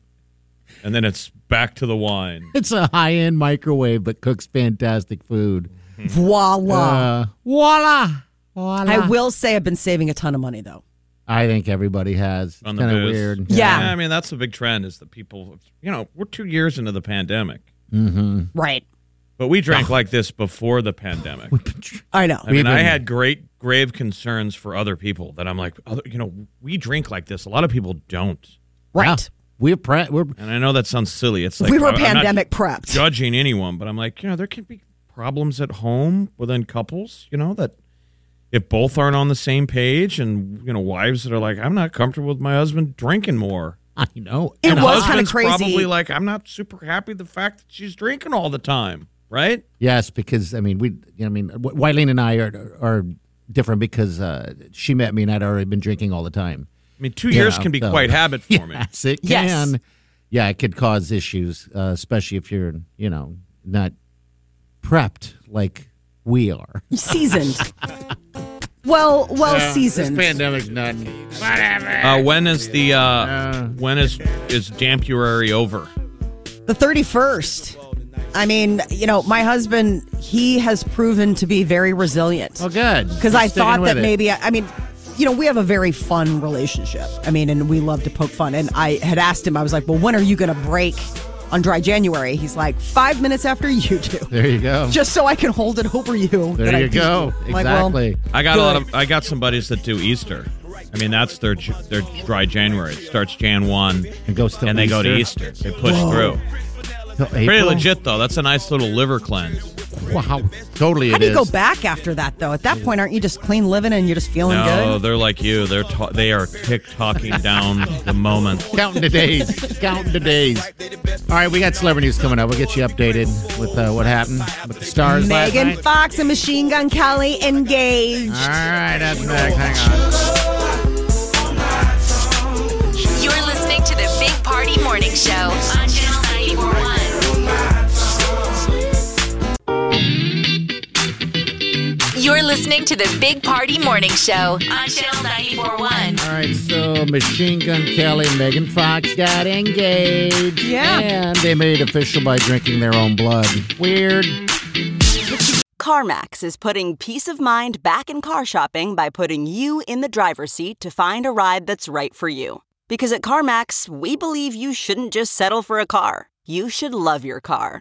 and then it's back to the wine.
It's a high-end microwave that cooks fantastic food.
Voila!
Uh, voila, voila.
Ah. I will say I've been saving a ton of money though.
I think everybody has.
On
Kind
the
of
booze.
weird.
Yeah.
I mean, that's the big trend is that people, you know, we're two years into the pandemic,
Right?
but we drank like this before the pandemic.
I know.
I mean, I
Oh. been-
had great, grave concerns for other people that I'm like, other, you know, we drink like this. A lot of people don't.
right?
We're pre- we're
And I know that sounds silly. It's like
we were
I- I'm not
pandemic prepped.
judging anyone, but I'm like, you know, there can be problems at home within couples, you know, that if both aren't on the same page and, you know, wives that are like, I'm not comfortable with my husband drinking more.
I know.
It
And
was kind of
husband's
crazy.
probably like, I'm not super happy the fact that she's drinking all the time, right?
Yes, because I mean, we. I mean, Wy- Wileen and I are are different because uh, she met me and I'd already been drinking all the time.
I mean, two years
Yeah,
can be
so-
quite habit forming.
Yes, it
Yes.
can. Yeah, it could cause issues, uh, especially if you're you know not prepped like we are.
seasoned. well, well seasoned.
pandemic's not.
Uh, when is the, uh, when is, is Dampuary over?
the 31st. I mean, you know, my husband, he has proven to be very resilient.
Oh, good.
Because
You're
I
sticking
thought
with
that
it.
maybe, I mean, you know, we have a very fun relationship. I mean, and we love to poke fun. And I had asked him, I was like, well, when are you going to break on dry January? He's like, five minutes after you do,
There you go.
just so I can hold it over you. that I
There you
beat
go.
I'm like, well,
Exactly.
I got a lot of. I got some buddies that do Easter. I mean, that's their their dry January. It starts Jan one,
And goes till
and they go to
Easter.
Easter. They push through.
Till
Pretty
April?
legit though. That's a nice little liver cleanse.
Wow. Totally
how
it
do you
is.
go back after that, though? At that point, aren't you just clean living and you're just
Oh,
feeling
No,
good?
they're like you. They're ta- they are tick tocking down the moment.
Counting the days. Counting the days. All right, we got celebrity news coming up. We'll get you updated with uh, what happened with the stars last
Megan
night.
Fox and Machine Gun Kelly engaged.
All right, that's next. Hang on.
You're listening to the Big Party Morning Show on Channel 941. You're listening to the Big Party Morning Show on Channel 941.
All right, so Machine Gun Kelly, Megan Fox got engaged.
Yeah.
And they made it official by drinking their own blood. Weird.
CarMax is putting peace of mind back in car shopping by putting you in the driver's seat to find a ride that's right for you. Because at CarMax, we believe you shouldn't just settle for a car, you should love your car.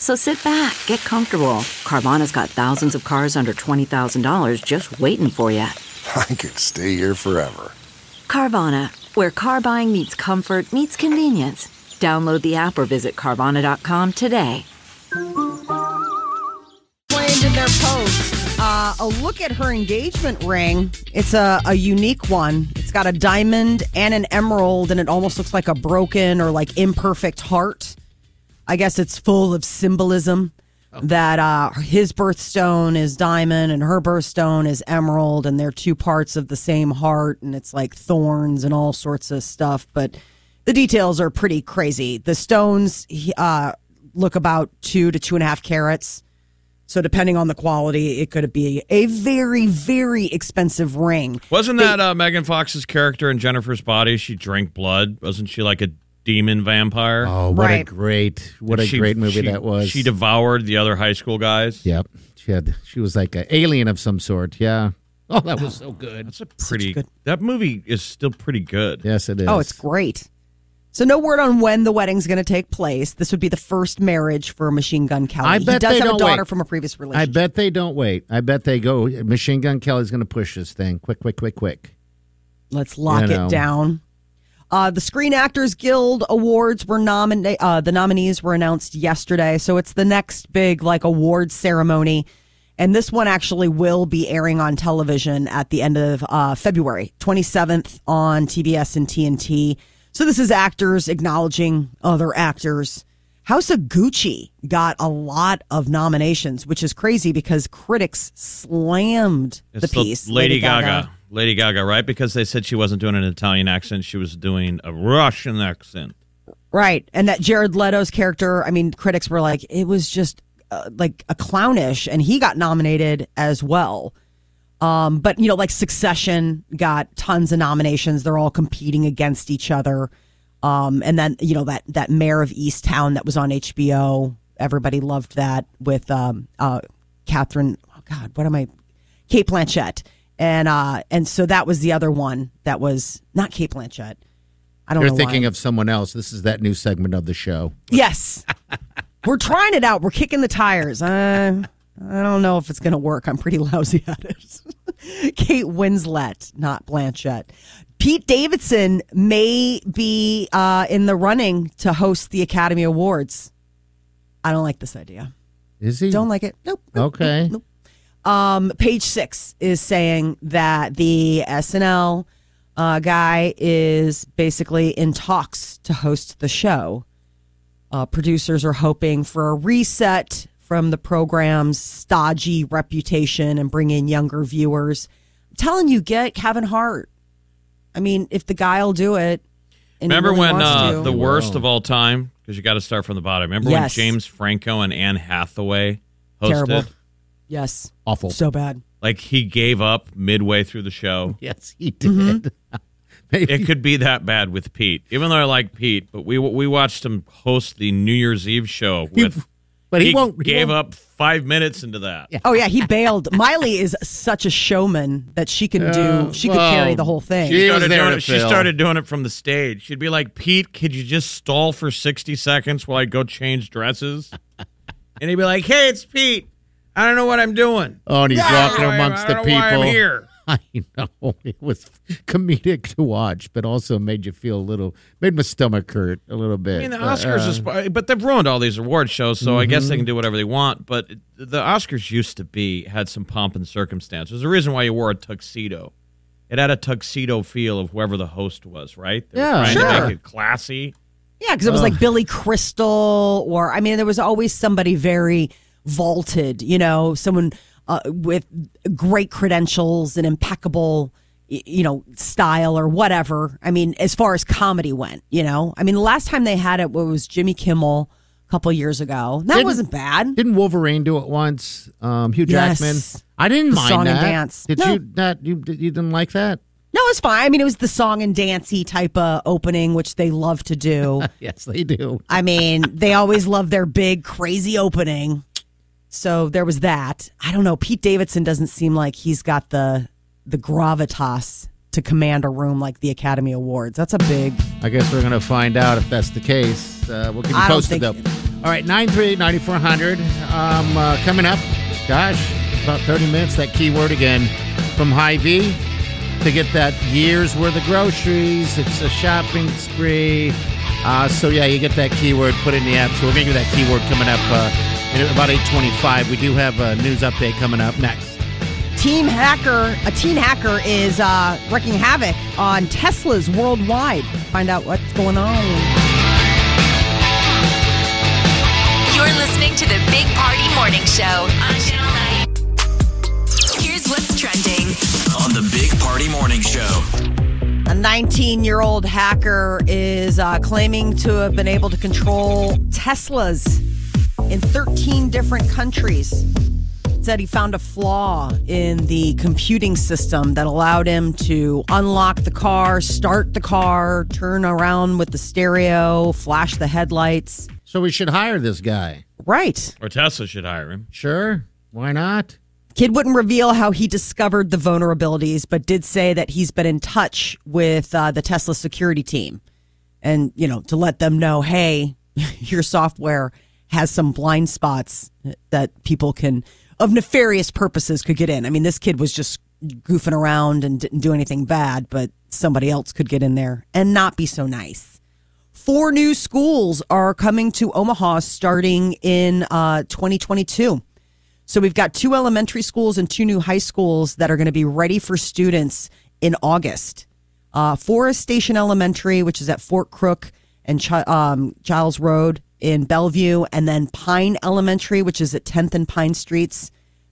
So sit back, get comfortable. Carvana's got thousands of cars under $20,000 just waiting for you.
I could stay here forever.
Carvana, where car buying meets comfort, meets convenience. Download the app or visit Carvana.com today.
explained in their post. Uh, a look at her engagement ring. It's a, a unique one. It's got a diamond and an emerald, and it almost looks like a broken or like imperfect heart. I guess it's full of symbolism that uh, his birthstone is diamond and her birthstone is emerald, and they're two parts of the same heart, and it's like thorns and all sorts of stuff. But the details are pretty crazy. The stones he- uh, look about two to two and a half carats. So depending on the quality, it could be a very, very expensive ring.
Wasn't that uh, Megan Fox's character in Jennifer's Body? She drank blood. Wasn't she like a demon vampire?
Oh, what a
Right.
great, what a
She-
great movie
she-
that was.
She devoured the other high school guys.
Yep. She had she was like an alien of some sort. Yeah. Oh, that was so good.
That's a pretty. That movie is still pretty good.
Yes, it is.
Oh, it's great. So no word on when the wedding's going to take place. This would be the first marriage for Machine Gun Kelly.
I
he
bet
does
they
have
don't
a daughter
wait.
from a previous
I
relationship.
bet they don't wait. I bet they go. Machine Gun Kelly's going to push this thing quick, quick, quick, quick.
Let's lock
You know.
it down. Uh, the Screen Actors Guild Awards were nominated. Uh, the nominees were announced yesterday, so it's the next big like award ceremony, and this one actually will be airing on television at the end of uh, February 27th on TBS and TNT. So this is actors acknowledging other actors. House of Gucci got a lot of nominations, which is crazy because critics slammed the
It's
piece.
Lady, Gaga. Lady Gaga, right? Because they said she wasn't doing an Italian accent. She was doing a Russian accent.
Right. And that Jared Leto's character, I mean, critics were like, it was just uh, like a clownish, and he got nominated as well. Um, but, you know, like Succession got tons of nominations. They're all competing against each other. Um, and then, you know, that, that Mayor of Easttown that was on HBO, everybody loved that with um, uh, Catherine, oh God, what am I? Kate Blanchett. And uh, and so that was the other one that was not Kate Blanchett. I don't
You're
know
thinking
why.
of someone else. This is that new segment of the show.
Yes. We're trying it out. We're kicking the tires. I, I don't know if it's going to work. I'm pretty lousy at it. Kate Winslet, not Blanchett. Pete Davidson may be uh, in the running to host the Academy Awards. I don't like this idea.
Is he?
Don't like it. Nope. nope,
Okay.
nope, nope. Um, page six is saying that the SNL uh, guy is basically in talks to host the show. Uh, producers are hoping for a reset from the program's stodgy reputation and bring in younger viewers. I'm telling you, get Kevin Hart. I mean, if the guy will do it. And he
Remember
really
when
wants
uh,
to.
the
Wow.
worst of all time? Because you got to start from the bottom. Remember when
Yes.
James Franco and Anne Hathaway hosted?
Terrible. yes,
Awful.
so bad.
Like he gave up midway through the show.
yes, he did.
Mm-hmm.
Maybe-
It could be that bad with Pete. Even though I like Pete, but we we watched him host the New Year's Eve show
He-
with.
but he, won't. he
Gave
won't-
up five minutes into that.
Oh yeah, he bailed. Miley is such a showman that she can do.
Uh,
She
well,
could carry the whole thing.
she- He was
started
there
doing
to
it, she
fill.
started doing it from the stage. She'd be like, Pete, could you just stall for 60 seconds while I go change dresses? and he'd be like, hey, it's Pete. I don't know what I'm doing.
Oh, and he's walking
I- I
amongst the
don't
people.
know why I'm here.
I know it was comedic to watch, but also made you feel a little, made my stomach hurt a little bit.
I mean, the
But,
Oscars,
uh, Mm-hmm.
is, but they've ruined all these award shows, so I guess they can do whatever they want. But the Oscars used to be had some pomp and circumstance. There's a reason why you wore a tuxedo. It had a tuxedo feel of whoever the host was, right? They were
Yeah.
trying to
Sure.
make it classy.
yeah, because it was like Billy Crystal, or I mean, there was always somebody very vaulted. You know, someone uh, with great credentials and impeccable. y- You know, style or whatever. I mean, as far as comedy went, you know, I mean, the last time they had it was Jimmy Kimmel a couple years ago. That
Didn't-
wasn't bad.
Didn't Wolverine do it once? Um, Hugh
Yes.
Jackman. I didn't
The
mind
song and
that.
dance.
Did
No.
you not? You, you didn't like that?
No, it's fine. I mean, it was the song and dancey type of opening, which they love to do.
Yes, they do.
I mean, they always love their big, crazy opening. So there was that. I don't know. Pete Davidson doesn't seem like he's got the the gravitas to command a room like the Academy Awards. That's a big.
I guess we're gonna find out if that's the case. Uh, we'll keep you
I don't
posted
think-
though. All right, nine three ninety four hundred. Um, uh, coming up, gosh, about thirty minutes. That keyword again from High V to get that year's worth of groceries. It's a shopping spree. Uh, so yeah, you get that keyword. Put it in the app. So we're gonna give you that keyword coming up uh, in about eight twenty five. We do have a news update coming up next.
Team hacker, a teen hacker is uh, wreaking havoc on Teslas worldwide. Find out what's going on.
You're listening to the Big Party Morning Show on Channel 9. Here's what's trending.
on the Big Party Morning Show.
A 19 year old hacker is uh, claiming to have been able to control Teslas in 13 different countries. Said he found a flaw in the computing system that allowed him to unlock the car, start the car, turn around with the stereo, flash the headlights.
So we should hire this guy.
Right.
Or Tesla should hire him.
Sure, why not?
Kid wouldn't reveal how he discovered the vulnerabilities, but did say that he's been in touch with uh, the Tesla security team and, you know, to let them know, hey, your software has some blind spots that people can, of nefarious purposes, could get in. I mean, this kid was just goofing around and didn't do anything bad, but somebody else could get in there and not be so nice four new schools are coming to Omaha starting in uh, 2022. So we've got two elementary schools and two new high schools that are going to be ready for students in August. Uh, Forest Station Elementary, which is at Fort Crook and Chi- um, Giles Road in Bellevue, and then Pine Elementary, which is at 10th and Pine Streets.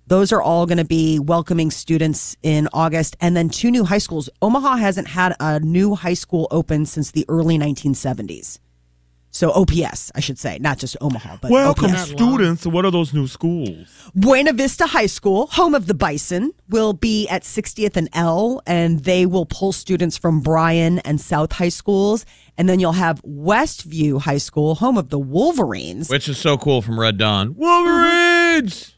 Those are all going to be welcoming students in August. And then two new high schools. Omaha hasn't had a new high school open since the early 1970s. So OPS, I should say, not just Omaha, but OPS.
students, to one of those new schools.
Buena Vista High School, home of the Bison, will be at 60th and L, and they will pull students from Bryan and South High Schools. And then you'll have Westview High School, home of the Wolverines.
Which is so cool from Red Dawn. Wolverines!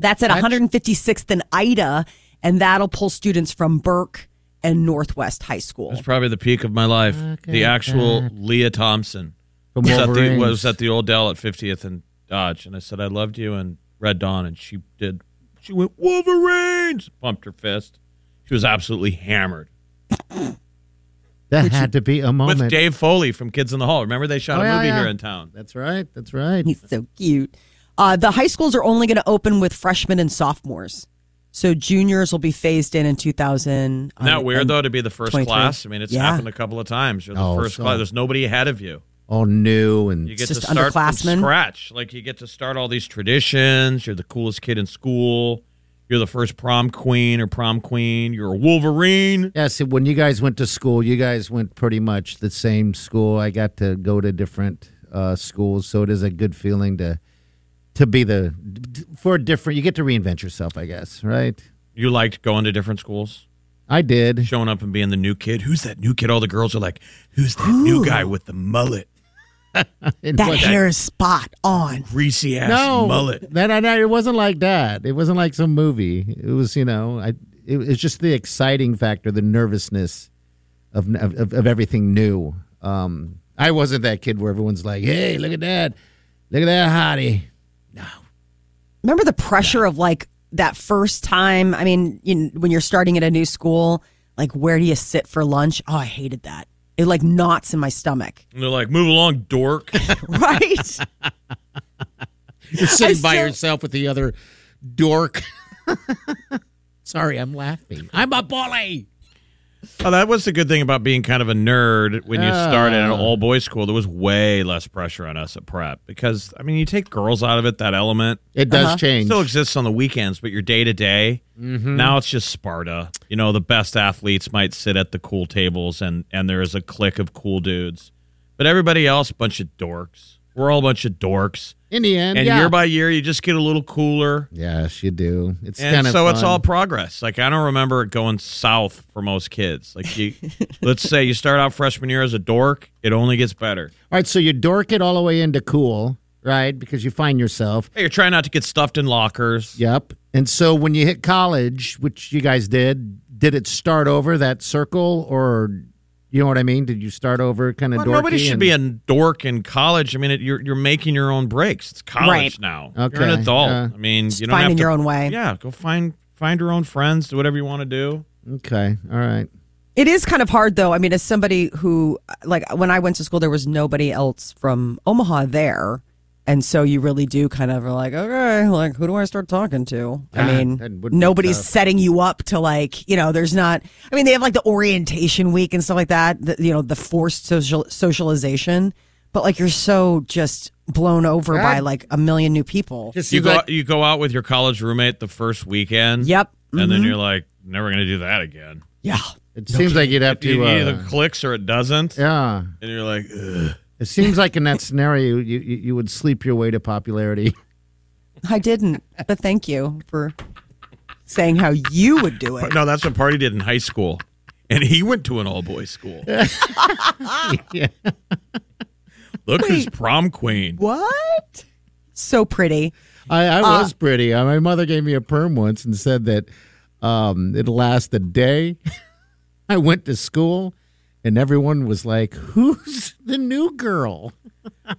That's at 156th and Ida, and that'll pull students from Burke and Northwest High School.
That's probably the peak of my life. The actual Leah Thompson.
From
was at, the,
Wolverines.
was at the old Dell at 50th and Dodge. And I said, I loved you and Red Dawn. And she did. She went, Wolverines! Pumped her fist. She was absolutely hammered.
That had to be a moment.
With Dave Foley from Kids in the Hall. Remember, they shot
Oh,
a
yeah,
movie
yeah.
here in town.
That's right. That's right.
He's so cute. Uh, the high schools are only going to open with freshmen and sophomores. So juniors will be phased in in 2000.
Isn't that weird,
and-
though, to be the first
23.
class? I mean, it's
Yeah.
happened a couple of times. You're the
Oh,
first
so-
class. There's nobody ahead of you.
All new and
You get
It's
to
just
start from
underclassmen.
scratch. Like you get to start all these traditions. You're the coolest kid in school. You're the first prom queen or prom queen. You're a Wolverine.
Yeah, so when you guys went to school, you guys went pretty much the same school. I got to go to different uh, schools, so it is a good feeling to to be the for a different. You get to reinvent yourself, I guess, right?
You liked going to different schools,
I did.
showing up and being the new kid. Who's that new kid? All the girls are like, "Who's that new guy with the mullet,
It
That
was-
hair is spot on.
greasy ass
no,
mullet?"
That, I, it wasn't like that. It wasn't like some movie. It was, you know, I. It, it's just the exciting factor, the nervousness of of, of everything new. Um, I wasn't that kid where everyone's like, "Hey, look at that, look at that hottie."
Remember the pressure of like that first time? I mean, you, when you're starting at a new school, like where do you sit for lunch? Oh, I hated that. It like knots in my stomach.
And they're like, "Move along, dork."
Right?
You're sitting by
still-
yourself with the other dork. Sorry, I'm laughing. I'm a bully.
Oh, that was the good thing about being kind of a nerd when you started at an
Ah.
all boys school. There was way less pressure on us at prep because, I mean, you take girls out of it, that element
It does change. Mm-hmm.
still exists on the weekends, but your day to day, now it's just Sparta. You know, the best athletes might sit at the cool tables and, and there is a clique of cool dudes, but everybody else, bunch of dorks. We're all a bunch of dorks.
in the end,
And
yeah.
year by year, you just get a little cooler.
yes, you do. It's
And
kind of
so it's all progress. Like I don't remember it going south for most kids. Like you, let's say you start out freshman year as a dork, it only gets better.
All right, so you dork it all the way into cool, right? Because you find yourself.
Hey, you're trying not to get stuffed in lockers.
Yep. And so when you hit college, which you guys did, did it start over that circle or you know what I mean? Did you start over kind of
Well,
dorky?
nobody should
and-
be a dork in college. I mean, it, you're you're making your own breaks. It's college
Right.
now. You're an
Okay,
adult.
yeah.
I mean,
Just
you don't
finding
have to,
your own way.
Yeah, go find find your own friends. Do whatever you want to do.
Okay. All right.
It is kind of hard though. I mean, as somebody who like when I went to school there was nobody else from Omaha there. And so you really do kind of are like, okay, like who do I start talking to? I
Ah, that
mean,
would be
nobody's
tough.
setting you up to like, you know, there's not I mean, they have like the orientation week and stuff like that, the, you know, the forced social socialization, but like you're so just blown over by like a million new people.
Ah. Just
You
seems
go
like-
out, you go out with your college roommate the first weekend.
Yep.
and then you're like, never gonna do that again.
Yeah.
it seems like you'd have
It
to
either
uh,
clicks or it doesn't.
Yeah.
And you're like, Ugh.
It seems like in that scenario, you, you, you would sleep your way to popularity.
I didn't, but thank you for saying how you would do it.
But no, that's what Party did in high school. And he went to an all boys school.
yeah.
Look who's prom queen.
What? So pretty.
I, I was pretty. Uh, My mother gave me a perm once and said that um, it'll last a day. I went to school and everyone was like, Who's the new girl?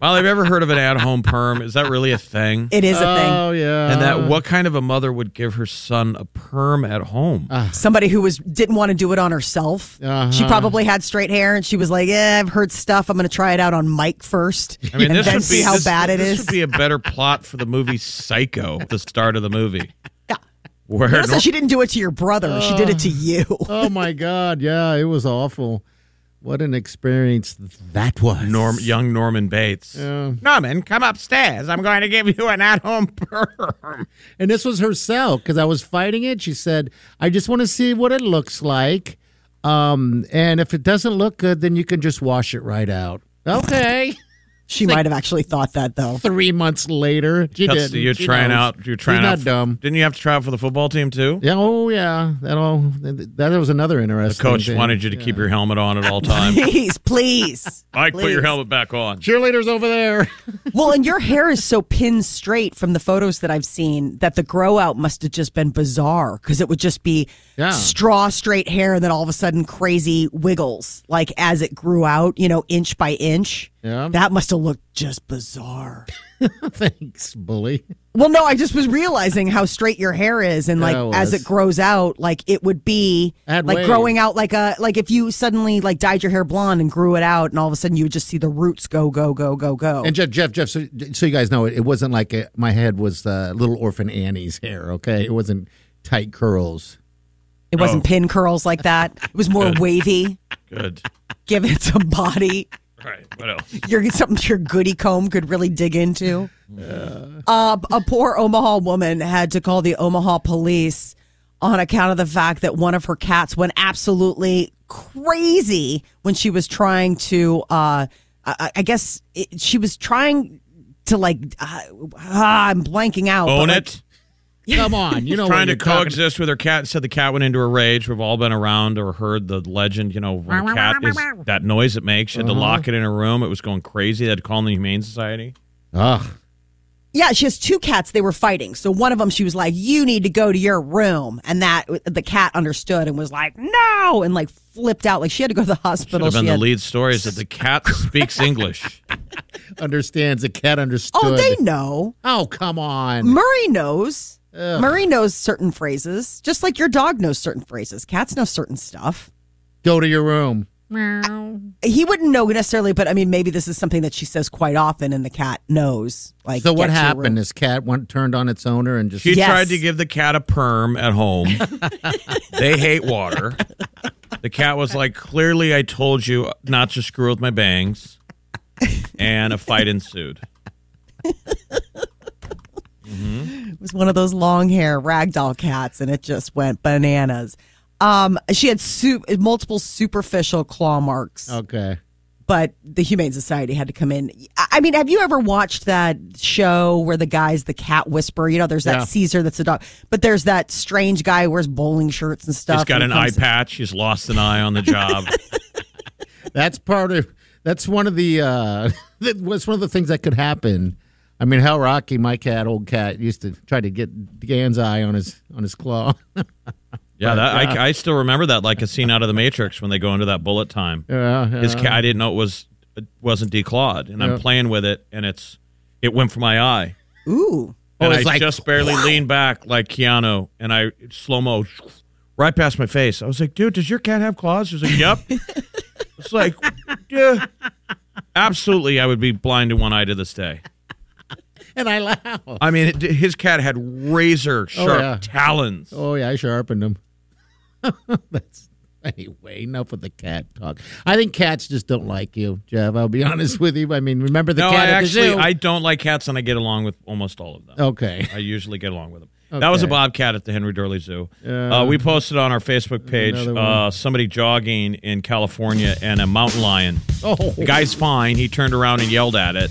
Well, have you ever heard of an at home perm? Is that really a thing?
It is
Uh.
a
Oh, yeah.
and that what kind of a mother would give her son a perm at home?
Uh,
thing. Somebody who was didn't want to do it on herself.
Uh-huh.
She probably had straight hair, and she was like, "Yeah, I've heard stuff. I'm going to try it out on Mike first,
I mean,
and
this
then
would
see
be
how
this,
bad it
this
is."
would be a better plot for the movie Psycho, the start of the movie.
Yeah.
Where
Notice that she didn't do it to your brother. she did it
Uh.
to you.
Oh, my God. Yeah, it was awful. What an experience that was.
Norm, young Norman Bates.
Yeah.
Norman, come upstairs. I'm going to give you an at home perm.
And this was herself because I was fighting it. She said, I just want to see what it looks like. Um, and if it doesn't look good, then you can just wash it right out. Okay.
She might have actually thought that though.
Three months later, she
Cuts
didn't.
to you
She
trying
knows.
out. You're trying
She's
out.
not dumb.
Didn't you have to try out for the football team too?
Yeah. Oh, yeah. That all. That, that was another
The
interesting.
coach
thing.
wanted you to keep your helmet on at all times.
Please, please.
Mike, put your
please.
helmet back on.
Cheerleaders over there.
Well, and your hair is so pin straight from the photos that I've seen that the grow out must have just been bizarre because it would just be
Yeah.
straw straight hair and then all of a sudden crazy wiggles like as it grew out, you know, inch by inch.
Yeah.
That must have looked just bizarre.
Thanks, bully.
Well, no, I just was realizing how straight your hair is, and like
Yeah, it
as
was.
it grows out, like it would be
Add
like
wave.
growing out like a like if you suddenly like dyed your hair blonde and grew it out, and all of a sudden you would just see the roots go go go go go.
And Jeff, Jeff, Jeff. So, so you guys know it, it wasn't like a, my head was uh, little orphan Annie's hair. Okay, it wasn't tight curls.
It
Oh.
wasn't pin curls like that. It was more wavy.
Good.
Give it some body.
right. What
Oh,
else?
your something your goody comb could really dig into. Uh, a poor Omaha woman had to call the Omaha police on account of the fact that one of her cats went absolutely crazy when she was trying to. Uh, I, I guess it, she was trying to like. Uh, ah, I'm blanking out. but,
Own
like,
it.
Come on, you know what
Trying to
you're talking-
coexist with her cat. and Said the cat went into a rage. We've all been around or heard the legend. You know, when a cat is that noise it makes. She had to
Uh-huh.
lock it in a room. It was going crazy. They had to call in the Humane Society.
Ugh.
Yeah, she has two cats. They were fighting. So one of them, she was like, "You need to go to your room," and that the cat understood and was like, "No," and like flipped out. Like she had to go to the
Should
hospital.
have been
She
the
had-
lead story is that the cat speaks English.
Understands a cat understood.
oh, they know.
Oh, come on.
Murray knows. Murray knows certain phrases, just like your dog knows certain phrases. Cats know certain stuff.
Go to your room.
He wouldn't know necessarily, but I mean, maybe this is something that she says quite often, and the cat knows. Like,
So
"Get
what
to your room."
happened? This cat went turned on its owner and just
She
Yes.
tried to give the cat a perm at home. they hate water. The cat was like, "Clearly, I told you not to screw with my bangs," and a fight ensued.
It was one of those long hair ragdoll cats, and it just went bananas. Um, she had su- multiple superficial claw marks,
Oh.
okay.
but the Humane Society had to come in. I I mean, have you ever watched that show where the guy's the cat whisperer? You know, there's that
Yeah.
Caesar that's a dog, but there's that strange guy who wears bowling shirts and stuff.
She's got an
and
eye
comes-
patch. She's lost an eye on the job.
That's part of. That's one of the. uh That was one of the things that could happen. I mean, how Rocky, my cat, old cat, used to try to get Dan's eye on his on his claw.
Yeah, that, I, I still remember that, like a scene out of The Matrix when they go into that bullet time.
Yeah,
His cat, I didn't know it was it wasn't declawed, and I'm playing with it, and it's it went for my eye,
Ooh,
Oh,
and
it's
I
like-
just barely leaned back like Keanu, and I slow mo right past my face. I was like, "Dude, does your cat have claws?" She was like, "Yep." it's like, yeah, absolutely. I would be blind to one eye to this day.
and I laugh.
I mean, it, his cat had razor sharp
Oh, yeah.
talons.
Oh yeah, I sharpened him. That's anyway. Enough with the cat talk. I think cats just don't like you, Jeff. I'll be honest with you. I mean, remember the
no,
cat
I
at the
actually
zoo?
I don't like cats, and I get along with almost all of them.
okay.
I usually get along with them. That was a
Okay.
bobcat at the Henry Durley Zoo. Uh, we posted on our Facebook page
Another one.
uh, somebody jogging in California and a mountain lion.
Oh,
The guy's fine. He turned around and yelled at it,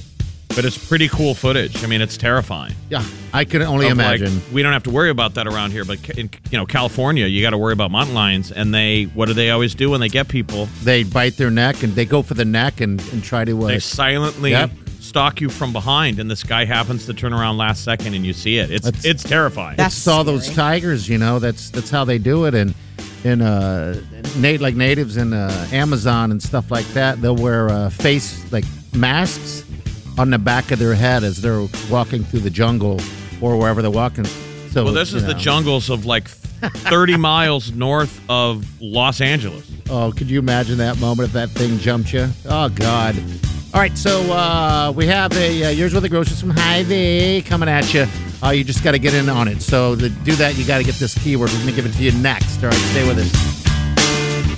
but it's pretty cool footage. I mean, it's terrifying.
yeah. I can only
Of, like,
imagine.
we don't have to worry about that around here, but ca- in you know California, you got to worry about mountain lions. And they, what do they always do when they get people?
they bite their neck and they go for the neck and, and try to uh,
They silently
Yep.
stalk you from behind, and this guy happens to turn around last second, and you see it. It's
That's-
it's terrifying.
That's
saw those tigers. You know, that's that's how they do it. And in uh, nat- like natives in uh, Amazon and stuff like that, they'll wear uh, face like masks on the back of their head as they're walking through the jungle or wherever they're walking. So
Well, this
you
is the
know.
jungles of like 30 miles north of Los Angeles.
Oh, could you imagine that moment if that thing jumped you? Oh God! All right, so uh, we have a uh, yours with the groceries from Hy-Vee coming at you. Uh, you just got to get in on it. So to do that, you got to get this keyword. We're gonna give it to you next. All right, stay with us.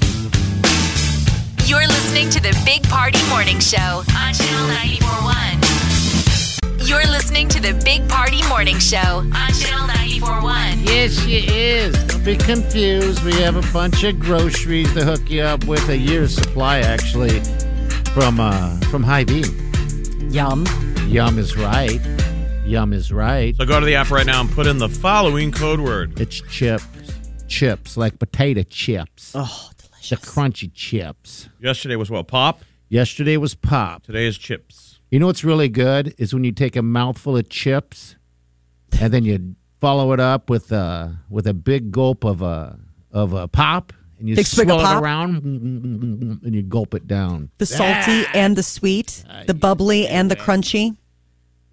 You're listening to the Big Party Morning Show on Channel 941. You're listening to the Big Party Morning Show on Channel 941.
Yes, she is. Don't be confused. We have a bunch of groceries to hook you up with. A year's supply, actually, from uh, from Hy-Vee.
yum!
Yum is right. Yum is right.
So go to the app right now and put in the following code word.
It's chips, chips like potato chips,
Oh,
the
delicious.
crunchy chips.
Yesterday was what? Pop.
Yesterday was pop.
Today is chips.
You know what's really good is when you take a mouthful of chips, and then you follow it up with a with a big gulp of a of a pop, and you
Big swig of
swirl it
pop?
around, and you gulp it down.
The salty and the sweet,
Uh,
the bubbly and the crunchy.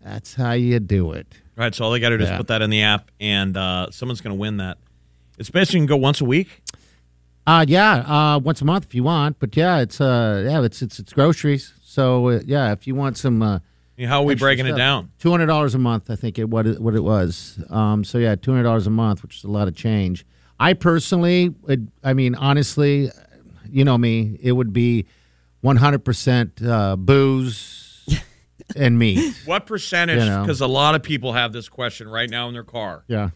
That's how you do it.
All right, so all they got to do is
Yeah.
put that in the app, and uh, someone's going to win that. It's basically you can go once a week.
Uh yeah, uh once a month if you want, but yeah, it's uh yeah, it's it's it's groceries. So uh, yeah, if you want some uh
I mean, how are we breaking it down?
Two hundred dollars a month, I think it what it, what it was. Um, so yeah, two hundred dollars a month, which is a lot of change. I personally, would, I mean, honestly, you know me, it would be 100% uh, booze and meat.
What percentage?
You know.
Because a lot of people have this question right now in their car.
Yeah.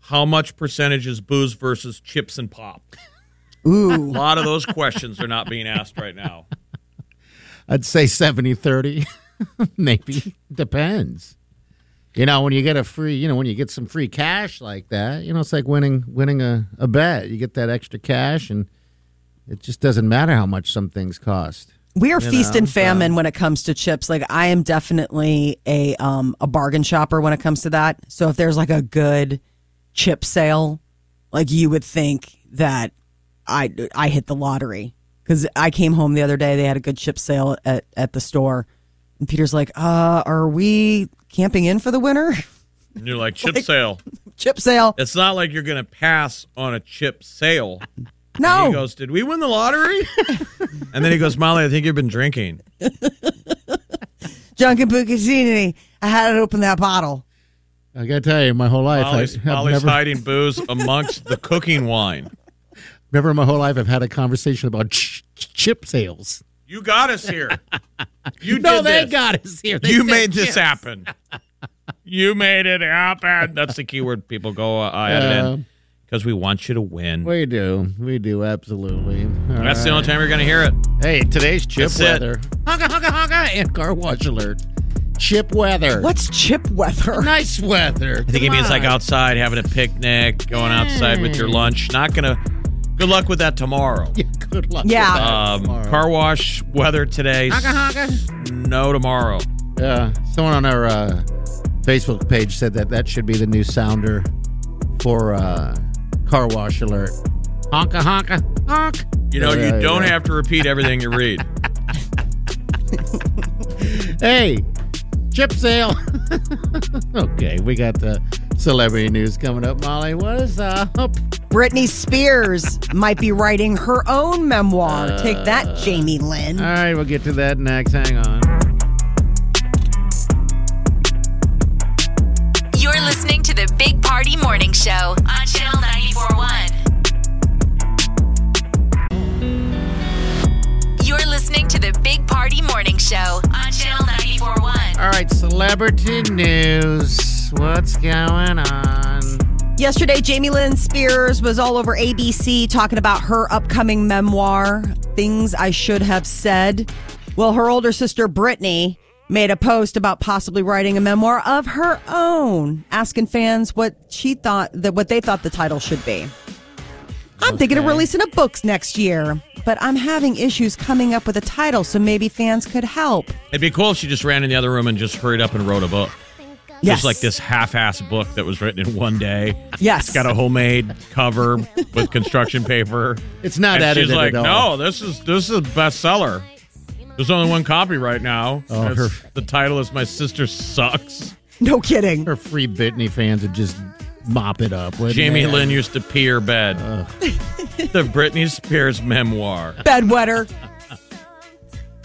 How much percentage is booze versus chips and pop? A
Ooh,
lot of those questions are not being asked right now.
I'd say 70 30. Maybe. Depends. You know, when you get a free, you know, when you get some free cash like that, you know, it's like winning winning a, a bet. You get that extra cash and it just doesn't matter how much some things cost.
we are feast and famine when it comes to chips. Like I am definitely a um a bargain shopper when it comes to that. So if there's like a good chip sale, like you would think that I I hit the lottery because I came home the other day. They had a good chip sale at at the store, and Peter's like, "Uh, are we camping in for the winter?
And you're like, chip sale.
chip sale?
It's not like you're going to pass on a chip sale.
Oh.
He
No."
goes, Did we win the lottery? and then he goes, Molly, I think you've been drinking.
Junkin Buccaccini. I had to open that bottle.
I got to tell you, my whole life, I,
Molly's,
have
Molly's
never,
hiding booze amongst the cooking wine.
never in my whole life I've had a conversation about ch- ch- chip sales.
You got us here. You
No,
did
they
this.
got us here. They
you
said
made this
chips.
happen. You made it happen. That's the keyword people go. Uh, I added
Yeah.
in because we want you to win.
We do. We do, absolutely. All
That's the only time you're going to hear it.
Hey, today's chip
That's it.
weather. Honka, honka, honka, and car wash alert. Chip weather.
What's chip weather?
Nice weather.
I think he
Come
means like
on.
outside having a picnic, going outside with your lunch. Not going to. Good luck with that tomorrow.
Yeah, good luck.
Yeah.
with that
Um,
tomorrow.
car wash weather today.
Honka,
No tomorrow.
honka. Yeah. Someone on our uh, Facebook page said that that should be the new sounder for uh, car wash alert. Honka, honka, honk.
You know,
Yeah,
you don't
yeah.
have to repeat everything you read.
Hey, chip sale. okay, we got the celebrity news coming up, Molly. What is up?
Britney Spears might be writing her own memoir. Take
Uh.
that, Jamie Lynn.
All right, we'll get to that next. Hang on.
You're listening to the Big Party Morning Show on Channel 941. You're listening to the Big Party Morning Show on Channel 941.
All right, celebrity news. What's going on?
Yesterday, Jamie Lynn Spears was all over ABC talking about her upcoming memoir, Things I Should Have Said. Well, her older sister, Brittany, made a post about possibly writing a memoir of her own, asking fans what she thought that what they thought the title should be. I'm thinking of releasing a books next year, but I'm having issues coming up with a title, so maybe fans could help.
It'd be cool if she just ran in the other room and just hurried up and wrote a book.
Yes.
Just like this half-ass book that was written in one day.
Yes.
Got a homemade cover with construction paper.
It's not
and
edited
she's like,
at all.
no, this is this is a bestseller. There's only one copy right now.
Oh,
It's-
her-
The title is My Sister Sucks.
no kidding.
Her free Britney fans would just mop it up. wouldn't
Jamie
they?
Lynn used to pee her bed. the Britney Spears memoir.
bedwetter.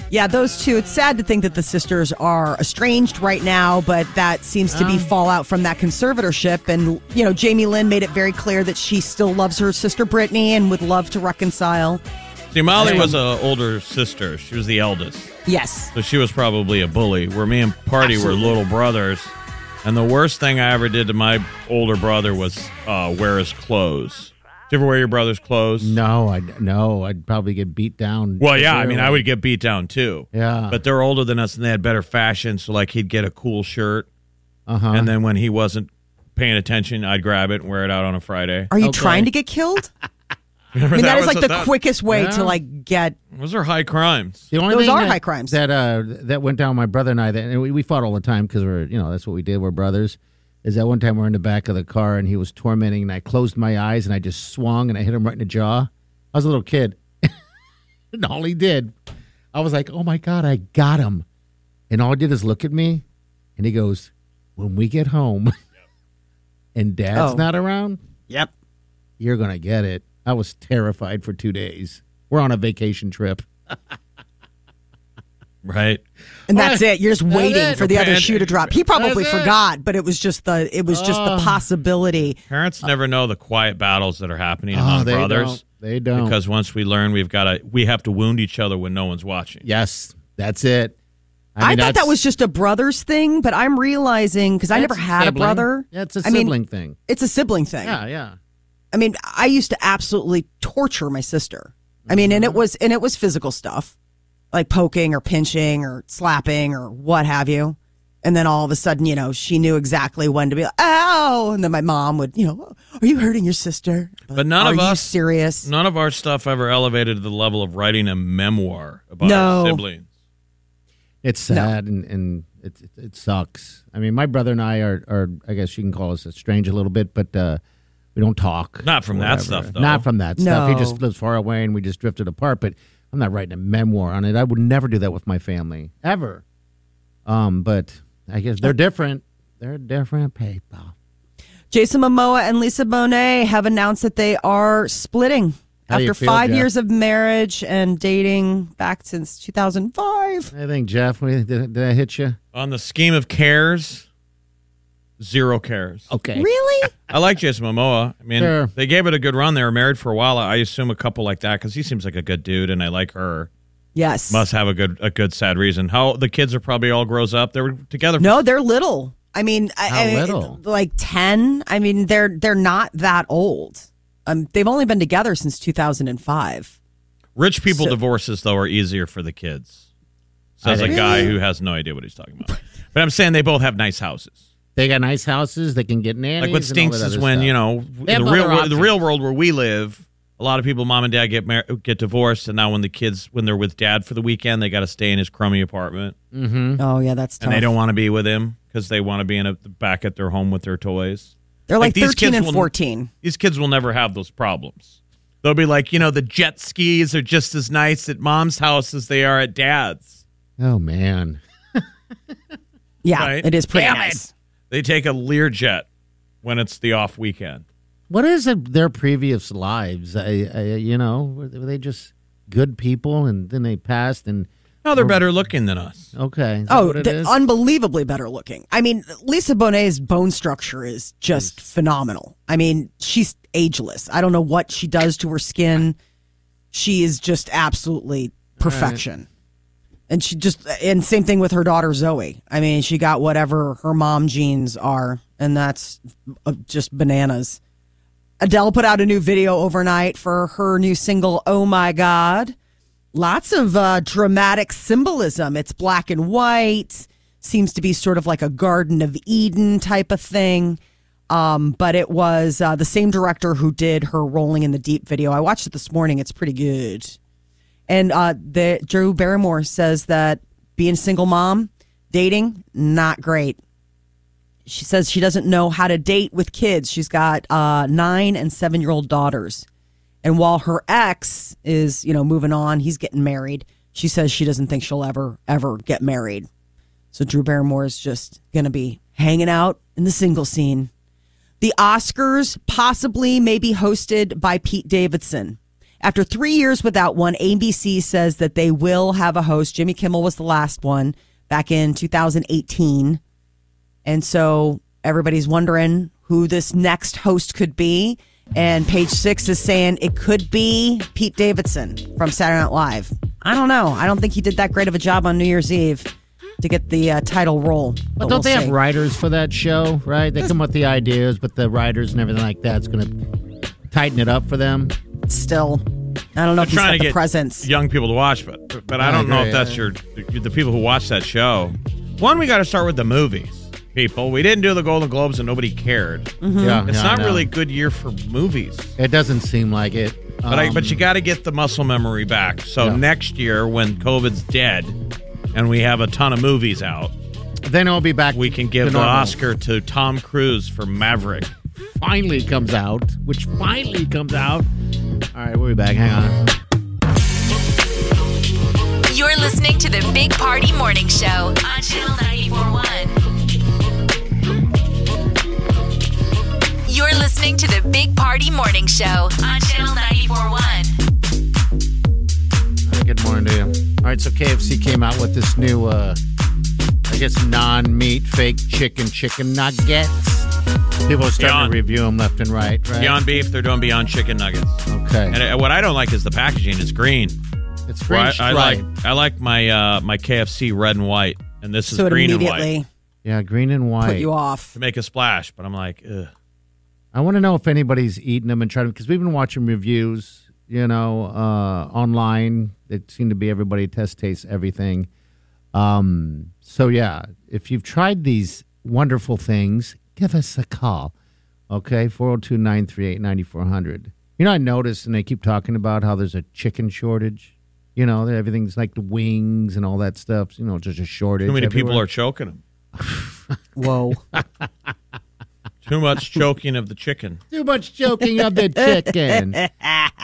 Yeah, those two. It's sad to think that the sisters are estranged right now, but that seems to be fallout from that conservatorship. And, you know, Jamie Lynn made it very clear that she still loves her sister Brittany and would love to reconcile.
See, Molly was an older sister. She was the eldest.
Yes.
So she was probably a bully. Where me and Party were little brothers, and the worst thing I ever did to my older brother was uh, wear his clothes. Did you ever wear your brother's clothes?
No, I no, I'd probably get beat down.
Well, yeah. I mean, I
severely.
would get beat down too.
Yeah.
But they're older than us, and they had better fashion. So like, he'd get a cool shirt, uh-huh. and then when he wasn't paying attention, I'd grab it and wear it out on a Friday.
Are you
Okay.
trying to get killed? I
Remember
mean, that is
was
like
a-
the quickest way
Yeah.
to, like, get.
Those are high crimes.
The only
Those
thing
are
that-
high crimes.
that uh, that went down. My brother and I, that, and we, we fought all the time because we're you know that's what we did. We're brothers. Is that one time we're in the back of the car and he was tormenting and I closed my eyes and I just swung and I hit him right in the jaw. I was a little kid, and all he did, I was like, oh my god, I got him, and all he did is look at me, and he goes, when we get home, and Dad's
Oh.
not around,
Yep.
you're gonna get it. I was terrified for two days. We're on a vacation trip.
Right.
And that's
Well,
it. You're just
that's
waiting
it.
for the other
And-
shoe to drop. He probably
That's it.
forgot, but it was just the it was just the
Oh.
possibility.
Parents never know the quiet battles that are happening
Oh,
among
Uh-huh,
they
brothers.
don't. They don't.
Because once we learn, we've got to we have to wound each other when no one's watching.
yes, that's it.
I,
mean,
thought
that's-
that was just a brother's thing, but I'm realizing because I never
that's
had
sibling.
a brother.
Yeah, it's a
I
sibling
mean,
thing.
it's a sibling thing.
Yeah, yeah.
I mean, I used to absolutely torture my sister. I mean,
Mm-hmm.
and it was and it was physical stuff, like poking or pinching or slapping or what have you. And then all of a sudden, you know, she knew exactly when to be like, "Ow!" And then my mom would, you know, "Are you hurting your sister?"
But none
Are
of
you
us-
serious.
None of our stuff ever elevated to the level of writing a memoir about
No.
our siblings.
It's sad and, and it, it it sucks. I mean, my brother and I are are I guess you can call us estranged a little bit, but uh, we don't talk.
Not from
or
that
whatever.
stuff, though.
Not from that stuff. He
No.
just lives far away, and we just drifted apart. But I'm not writing a memoir on it. I would never do that with my family ever. Um, but I guess they're different. They're different people.
Jason Momoa and Lisa Bonet have announced that they are splitting
How do you
after
feel,
five
Jeff?
years of marriage and dating back since 2005.
I think Jeff. what do you- Did, did I hit you?
On the scheme of cares, zero cares.
Okay.
Really?
I like Jason Momoa. I mean,
Sure.
they gave it a good run. They were married for a while. I assume a couple like that because he seems like a good dude, and I like her.
Yes.
Must have a good a good sad reason. How the kids are probably all grows up. They were together. for-
No, they're little. I mean, I,
How
I mean,
little?
like ten. I mean, they're they're not that old. Um, they've only been together since 2005.
Rich people
So-
divorces though are easier for the kids. Says a
think-
guy who has no idea what he's talking about. But I'm saying they both have nice houses.
They got nice houses. They can get nannies.
Like what
and all
stinks
that
is
other
when
stuff.
you know
have
the
other
real world, the
options.
real world where we live. A lot of people, mom and dad get mar- get divorced, and now when the kids when they're with dad for the weekend, they got to stay in his crummy apartment,
Oh yeah, that's tough.
Hmm. and they don't want to be with him because they want to be in a, back at their home with their toys.
they're
like
like,
these
13
kids
and
will-
14.
these kids will never have those problems. They'll be like, you know, the jet skis are just as nice at mom's house as they are at dad's.
Oh man.
Yeah,
Right.
it is pretty
Damn
nice.
it. They take a Learjet when it's the off weekend.
What is it, their previous lives? I, I, you know, were they- were they just good people and then they passed and
No, they're better looking than us.
okay? is that
Oh,
what it
they're
is?
unbelievably better looking. I mean, Lisa Bonet's bone structure is just phenomenal. I mean, she's ageless. I don't know what she does to her skin. She is just absolutely perfection. And she just, and same thing with her daughter Zoe. I mean, she got whatever her mom genes are, and that's uh, just bananas. Adele put out a new video overnight for her new single, Oh My God. Lots of uh, dramatic symbolism. It's black and white, seems to be sort of like a Garden of Eden type of thing. Um, but it was uh, the same director who did her Rolling in the Deep video. I watched it this morning. It's pretty good. And uh, the, Drew Barrymore says that being a single mom, dating, not great she says she doesn't know how to date with kids. She's got uh, nine and seven year old daughters. And while her ex is, you know, moving on, he's getting married. She says she doesn't think she'll ever, ever get married. So Drew Barrymore is just going to be hanging out in the single scene. The Oscars possibly may be hosted by Pete Davidson. After three years without one, ABC says that they will have a host. Jimmy Kimmel was the last one back in 2018. And so everybody's wondering who this next host could be. And page six is saying it could be Pete Davidson from Saturday Night Live. I don't know. I don't think he did that great of a job on New Year's Eve to get the uh, title role.
but don't
we'll
they have
see.
writers for that show? Right, they come with the ideas, but the writers and everything like that's going to tighten it up for them.
Mm-hmm. still. I don't know if he's got the presence.
young people to watch, but but I,
I
don't know
agree,
if that's your the people who watch that show. One, we got to start with the movies. People, we didn't do the Golden Globes and nobody cared.
Mm-hmm.
Yeah,
It's
yeah, I
not
know.
really a good year for movies.
It doesn't seem like it.
But I, but
Um,
you got to get the muscle memory back. So
Yeah.
next year, when COVID's dead, and we have a ton of movies out,
Uh, then I'll be back.
we can give
to
the
normal.
Oscar to Tom Cruise for Maverick.
finally comes out, which finally comes out. All right, we'll be back. Hang on.
You're listening to the Big Party Morning Show on Channel 941. You're listening to the Big Party Morning Show on Channel 941.
All right, Good morning to you. All right, so KFC came out with this new, uh, I guess, non meat fake chicken chicken nuggets. People are starting
Beyond.
to review them left and right, right?
Beyond beef, they're doing Beyond chicken nuggets.
Okay.
And uh, what I don't like is the packaging. It's green.
it's
Where
French
I, I
right.
like I like my uh, my KFC red and white, and this is
so it
green and white
immediately
Yeah, green and white.
put you off.
to make a splash. But I'm like, ugh.
I want to know if anybody's eaten them and tried them because we've been watching reviews, you know, uh, online. It seemed to be everybody test tastes everything. Um, so yeah, if you've tried these wonderful things, give us a call. Okay, 402 938 9400. You know, I noticed, and they keep talking about how there's a chicken shortage. You know, that everything's like the wings and all that stuff. You know, just a shortage.
too many people
everywhere.
are choking them.
Whoa.
Too much choking of the chicken.
too much joking of the chicken. but,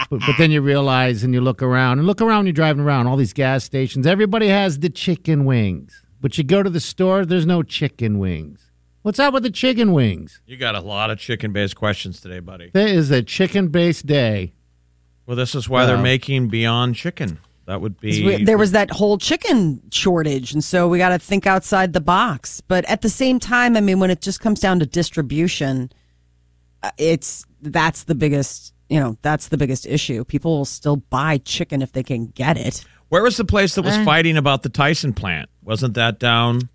but then you realize and you look around and look around, you're driving around all these gas stations. Everybody has the chicken wings. But you go to the store, there's no chicken wings. What's up with the chicken wings?
You got a lot of chicken based questions today, buddy.
That is a chicken based day.
Well, this is why they're
Wow.
making Beyond Chicken. That would be
There was that whole chicken shortage, and so we got to think outside the box. But at the same time, I mean, when it just comes down to distribution, uh, it's that's the biggest, you know, that's the biggest issue. People will still buy chicken if they can get it
Where was the place that was
Uh.
fighting about the Tyson plant? Wasn't that down?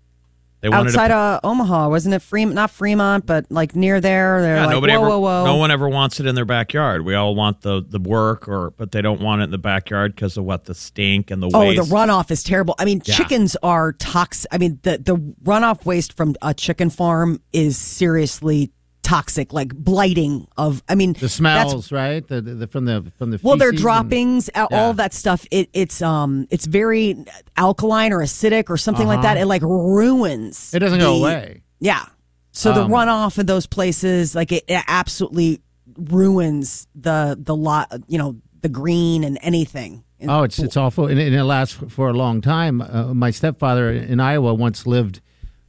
They
outside
to,
of Omaha, wasn't it? Fremont, not Fremont, but like near there. They're
yeah,
like,
nobody
whoa,
ever,
whoa, whoa.
no one ever wants it in their backyard. We all want the the work, or but they don't want it in the backyard because of what the stink and the
Oh,
waste.
the runoff is terrible. I mean, chickens are toxic. I mean, the, the runoff waste from a chicken farm is seriously toxic, like blighting of. I mean,
The smells, right? The, the, the- from the from the
well, their
feces and-
droppings, uh all that stuff. It, it's um, it's very alkaline or acidic or something like that. It like ruins.
Uh-huh. It doesn't
the-
go away. Um,
Yeah. So the runoff in those places, like it, it absolutely ruins the the lot. You know, the green and anything. And
Oh, it's it's awful, and, it- and it lasts f- for a long time. Uh, my stepfather in Iowa once lived,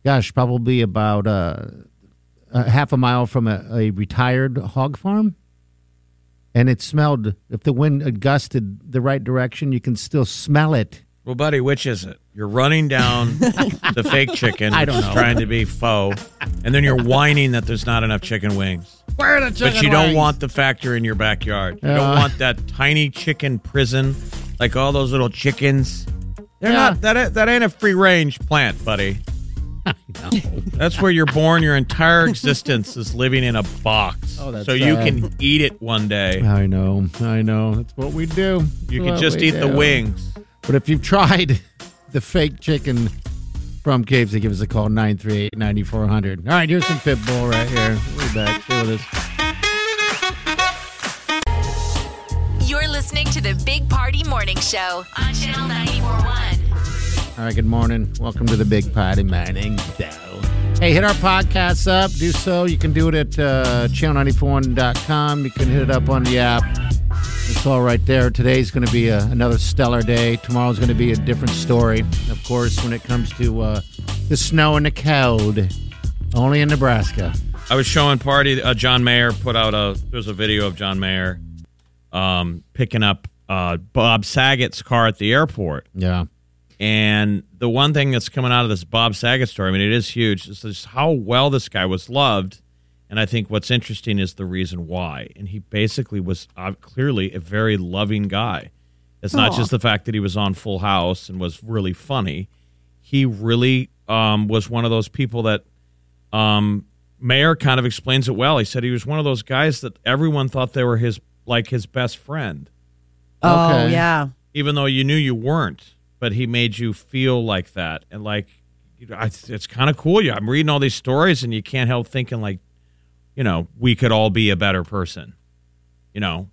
gosh, probably about uh, a half a mile from a, a retired hog farm, and it smelled. If the wind gusted the right direction, you can still smell it.
well, buddy, which is it? You're running down the fake chicken,
I don't
which is
know.
trying to be faux, and then you're whining that there's not enough chicken wings.
Where the
But you don't want the factor in your backyard. You don't
Yeah.
want that tiny chicken prison, like all those little chickens. They're
Yeah.
not that. ain't- That ain't a free range plant, buddy. That's where you're born. Your entire existence is living in a box,
Oh, that's
so you
sad.
can eat it one day.
I know, I know. That's what we do.
You
That's
can
what
just
we
eat the
do.
wings.
But if you've tried the fake chicken from Caves, they give us a call 938 9400. All right, here's some Pitbull right here. We'll be back. Stay with us.
You're listening to the Big Party Morning Show on Channel 941.
All right, good morning. Welcome to the Big Party Morning Show. Hey, hit our podcast up. Do so. You can do it at uh, channel941.com. You can hit it up on the app. It's all right there. Today's going to be a, another stellar day. Tomorrow's going to be a different story. Of course, when it comes to uh, the snow and the cold, only in Nebraska.
I was showing party. Uh, John Mayer put out a. There's a video of John Mayer um, picking up uh, Bob Saget's car at the airport.
Yeah.
And the one thing that's coming out of this Bob Saget story, I mean, it is huge, is just how well this guy was loved. And I think what's interesting is the reason why. And he basically was uh, clearly a very loving guy. It's not just the fact that he was on Full House and was really funny. He really um, was one of those people that um, Mayer kind of explains it well. He said he was one of those guys that everyone thought they were his like his best friend
oh
okay.
yeah.
even though you knew you weren't, but he made you feel like that. And like, you know, I- it's kind of cool. Yeah, I'm reading all these stories, and you can't help thinking like, you know, we could all be a better person. You know,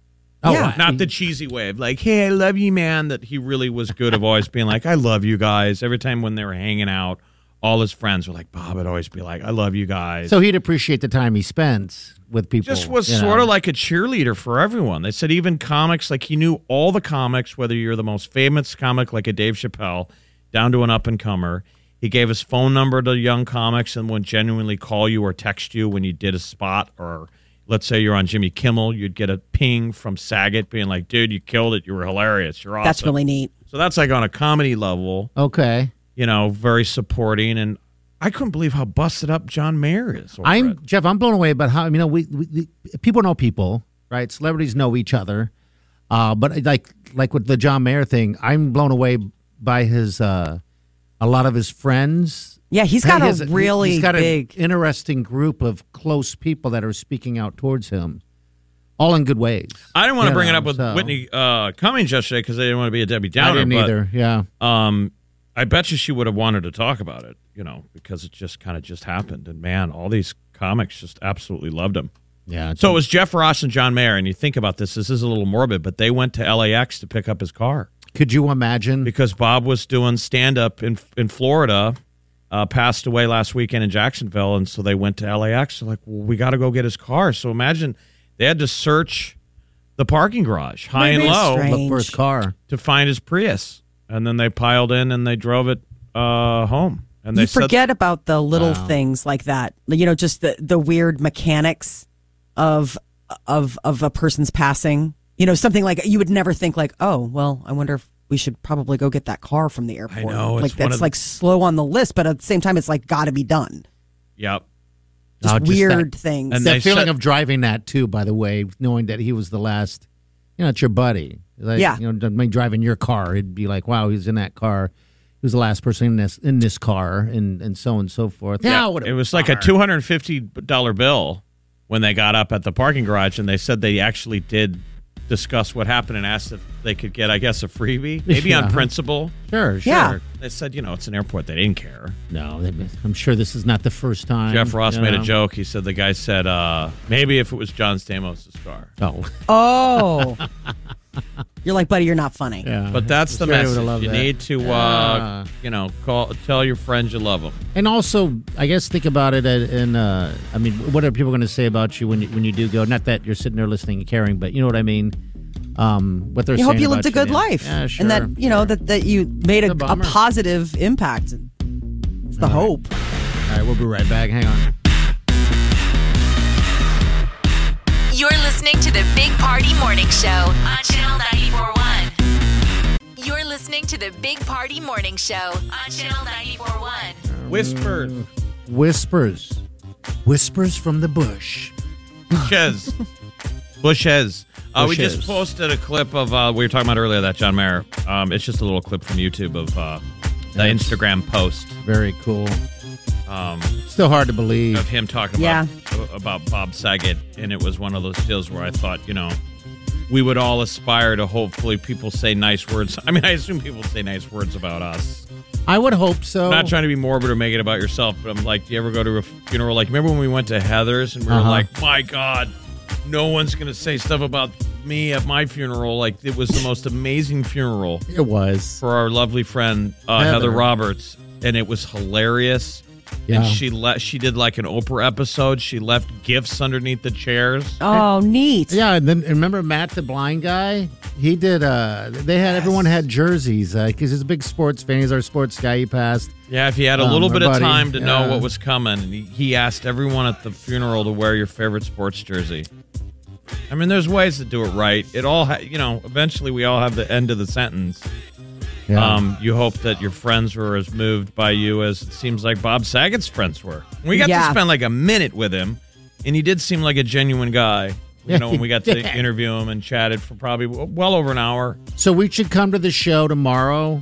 Oh,
Yeah.
not the cheesy way of like, hey, I love you, man. That he really was good of always being like, I love you guys. Every time when they were hanging out, all his friends were like, Bob would always be like, I love you guys.
So he'd appreciate the time he spends with people.
Oh,
just was
you know.
sort of like a cheerleader for everyone. They said even comics, like he knew all the comics, whether you're the most famous comic like a Dave Chappelle, down to an up and comer. He gave his phone number to young comics and would genuinely call you or text you when you did a spot or let's say you're on Jimmy Kimmel, you'd get a ping from Saget being like, dude, you killed it. You were hilarious. You're awesome.
That's really neat.
so that's like on a comedy level
okay.
you know, very supporting. And I couldn't believe how busted up John Mayer is. over
I'm
it.
Jeff. I'm blown away, but how you know we, we, we people know people, right? Celebrities know each other, uh, but like like with the John Mayer thing, I'm blown away by his uh, a lot of his friends.
Yeah, he's got
He
a
has- he-
really
he's got
big-
an interesting group of close people that are speaking out towards him, all in good ways.
I didn't want to
You
bring it
know,
up with
so-
Whitney uh, Cummings yesterday because I didn't want to be a Debbie
I
Downer.
didn't
but,
either. Yeah,
Um, I bet you she would have wanted to talk about it, you know, because it just kind of just happened. And man, all these comics just absolutely loved him.
yeah. it's-
So it was Jeff Ross and John Mayer, and you think about this. This is a little morbid, but they went to LAX to pick up his car
could you imagine?
because Bob was doing stand up in in Florida. Uh, passed away last weekend in Jacksonville, and so they went to LAX. They're like, well, we got to go get his car. So imagine they had to search the parking garage, high and
Maybe it's
low,
strange.
Look for his car.
to find his Prius, and then they piled in and they drove it uh, home. And they
you
said-
forget about the little things like that. You know, just the the weird mechanics of of of a person's passing. You know, something like you would never think like, oh, well, I wonder if we should probably go get that car from the airport.
know, it's
like
one
that's
of the-
like slow on the list, but at the same time, it's like got to be done.
"Yep,
Just
Oh, just that-
weird things.
And
that
they
feeling
said-
of driving that too, by the way, knowing that he was the last, you know, it's your buddy. Like,
Yeah.
You know, I mean, driving your car, it'd be like, wow, he's in that car. He was the last person in this in this car, and and so on and so forth. Yeah, what
it was like a two hundred and fifty dollar bill when they got up at the parking garage, and they said they actually did discuss what happened and asked if they could get, I guess, a freebie, maybe on
Yeah.
principle.
Sure, sure.
Yeah.
Or They said, you know, it's an airport. They didn't care.
No, I'm sure this is not the first time.
Jeff Ross
you
made a
know.
joke. He said the guy said uh, maybe if it was John Stamos' car,
Oh,
oh, you're like, buddy, you're not funny.
yeah.
but that's the
Uh-huh. Sure they would've
message.
loved
You
that.
need to, uh,
Yeah.
you know, call tell your friends you love them.
And also, I guess think about it, and- and uh, I mean, what are people going to say about you when you, when you do go? Not that you're sitting there listening and caring, but you know what I mean. Um, what they're
You hope
saying
you lived a
about
good
yeah.
life,
Yeah, sure,
and that you know
sure.
that that you made a,
It's a
a
bummer.
positive impact. It's the hope.
All right, we'll be right back. Hang on.
You're listening to the Big Party Morning Show on Channel 941. You're listening to the Big Party Morning Show on Channel 941.
Mm.
Whisper,
Whispers. Whispers from the bush.
Bushes. Bushes. Uh, we just
Bushes.
posted a clip of uh, we were talking about earlier that John Mayer. Um, it's just a little clip from YouTube of uh, the
Yes.
Instagram post
Very cool.
um,
Still hard to believe.
of him talking
Yeah.
about uh, about Bob Saget, and it was one of those deals where I thought, you know, we would all aspire to hopefully people say nice words. I mean, I assume people say nice words about us.
I would hope so.
I'm not trying to be morbid or make it about yourself, but I'm like, do you ever go to a funeral? Like, remember when we went to Heather's and we were
Uh-huh.
like, my God, no one's going to say stuff about me at my funeral. Like, it was the most amazing funeral
it was.
for our lovely friend, uh, Heather.
Heather.
Roberts. And it was hilarious.
Yeah.
And she le- she did like an Oprah episode. She left gifts underneath the chairs.
Oh, neat.
Yeah, and then and remember Matt the blind guy? He did uh they had everyone had jerseys uh, cuz he's a big sports fan. He's our sports guy. He passed.
Yeah, if you had a
Um,
little bit of
everybody,
time to know
yeah.
what was coming, and he, he asked everyone at the funeral to wear your favorite sports jersey. I mean, there's ways to do it right. It all, ha- you know, eventually we all have the end of the sentence. Um, you hope that your friends were as moved by you as it seems like Bob Saget's friends were. We got to
Yeah.
spend like a minute with him, and he did seem like a genuine guy. You know, when we got to
Yeah.
interview him and chatted for probably well over an hour.
so we should come to the show tomorrow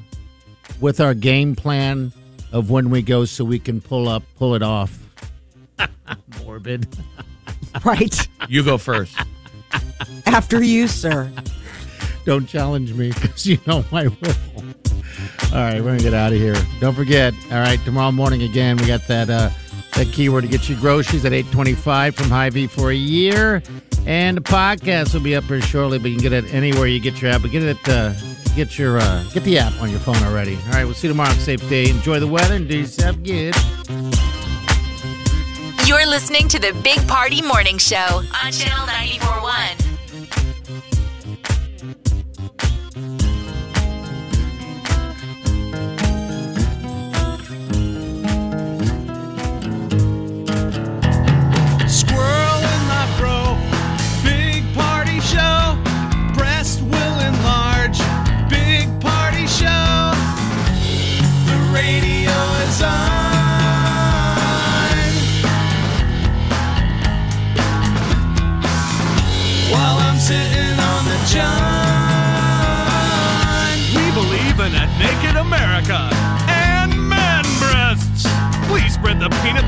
with our game plan of when we go so we can pull up, pull it off. Morbid.
Right.
You go first.
After you, sir.
Don't challenge me because you know I will. All right, we're gonna get out of here. Don't forget. All right, tomorrow morning again, we got that uh, that keyword to get you groceries at eight twenty-five from Hy-Vee for a year, and the podcast will be up here shortly. But you can get it anywhere you get your app. But get it, uh, get your uh, get the app on your phone already. All right, we'll see you tomorrow. Have a Safe day. Enjoy the weather and do yourself good.
You're listening to the Big Party Morning Show on Channel 941.
Squirrel in my fro. Big party show. Breast will enlarge. Big party show. The radio is on. sitting on the john.
We believe in a naked America and man breasts. Please spread the peanut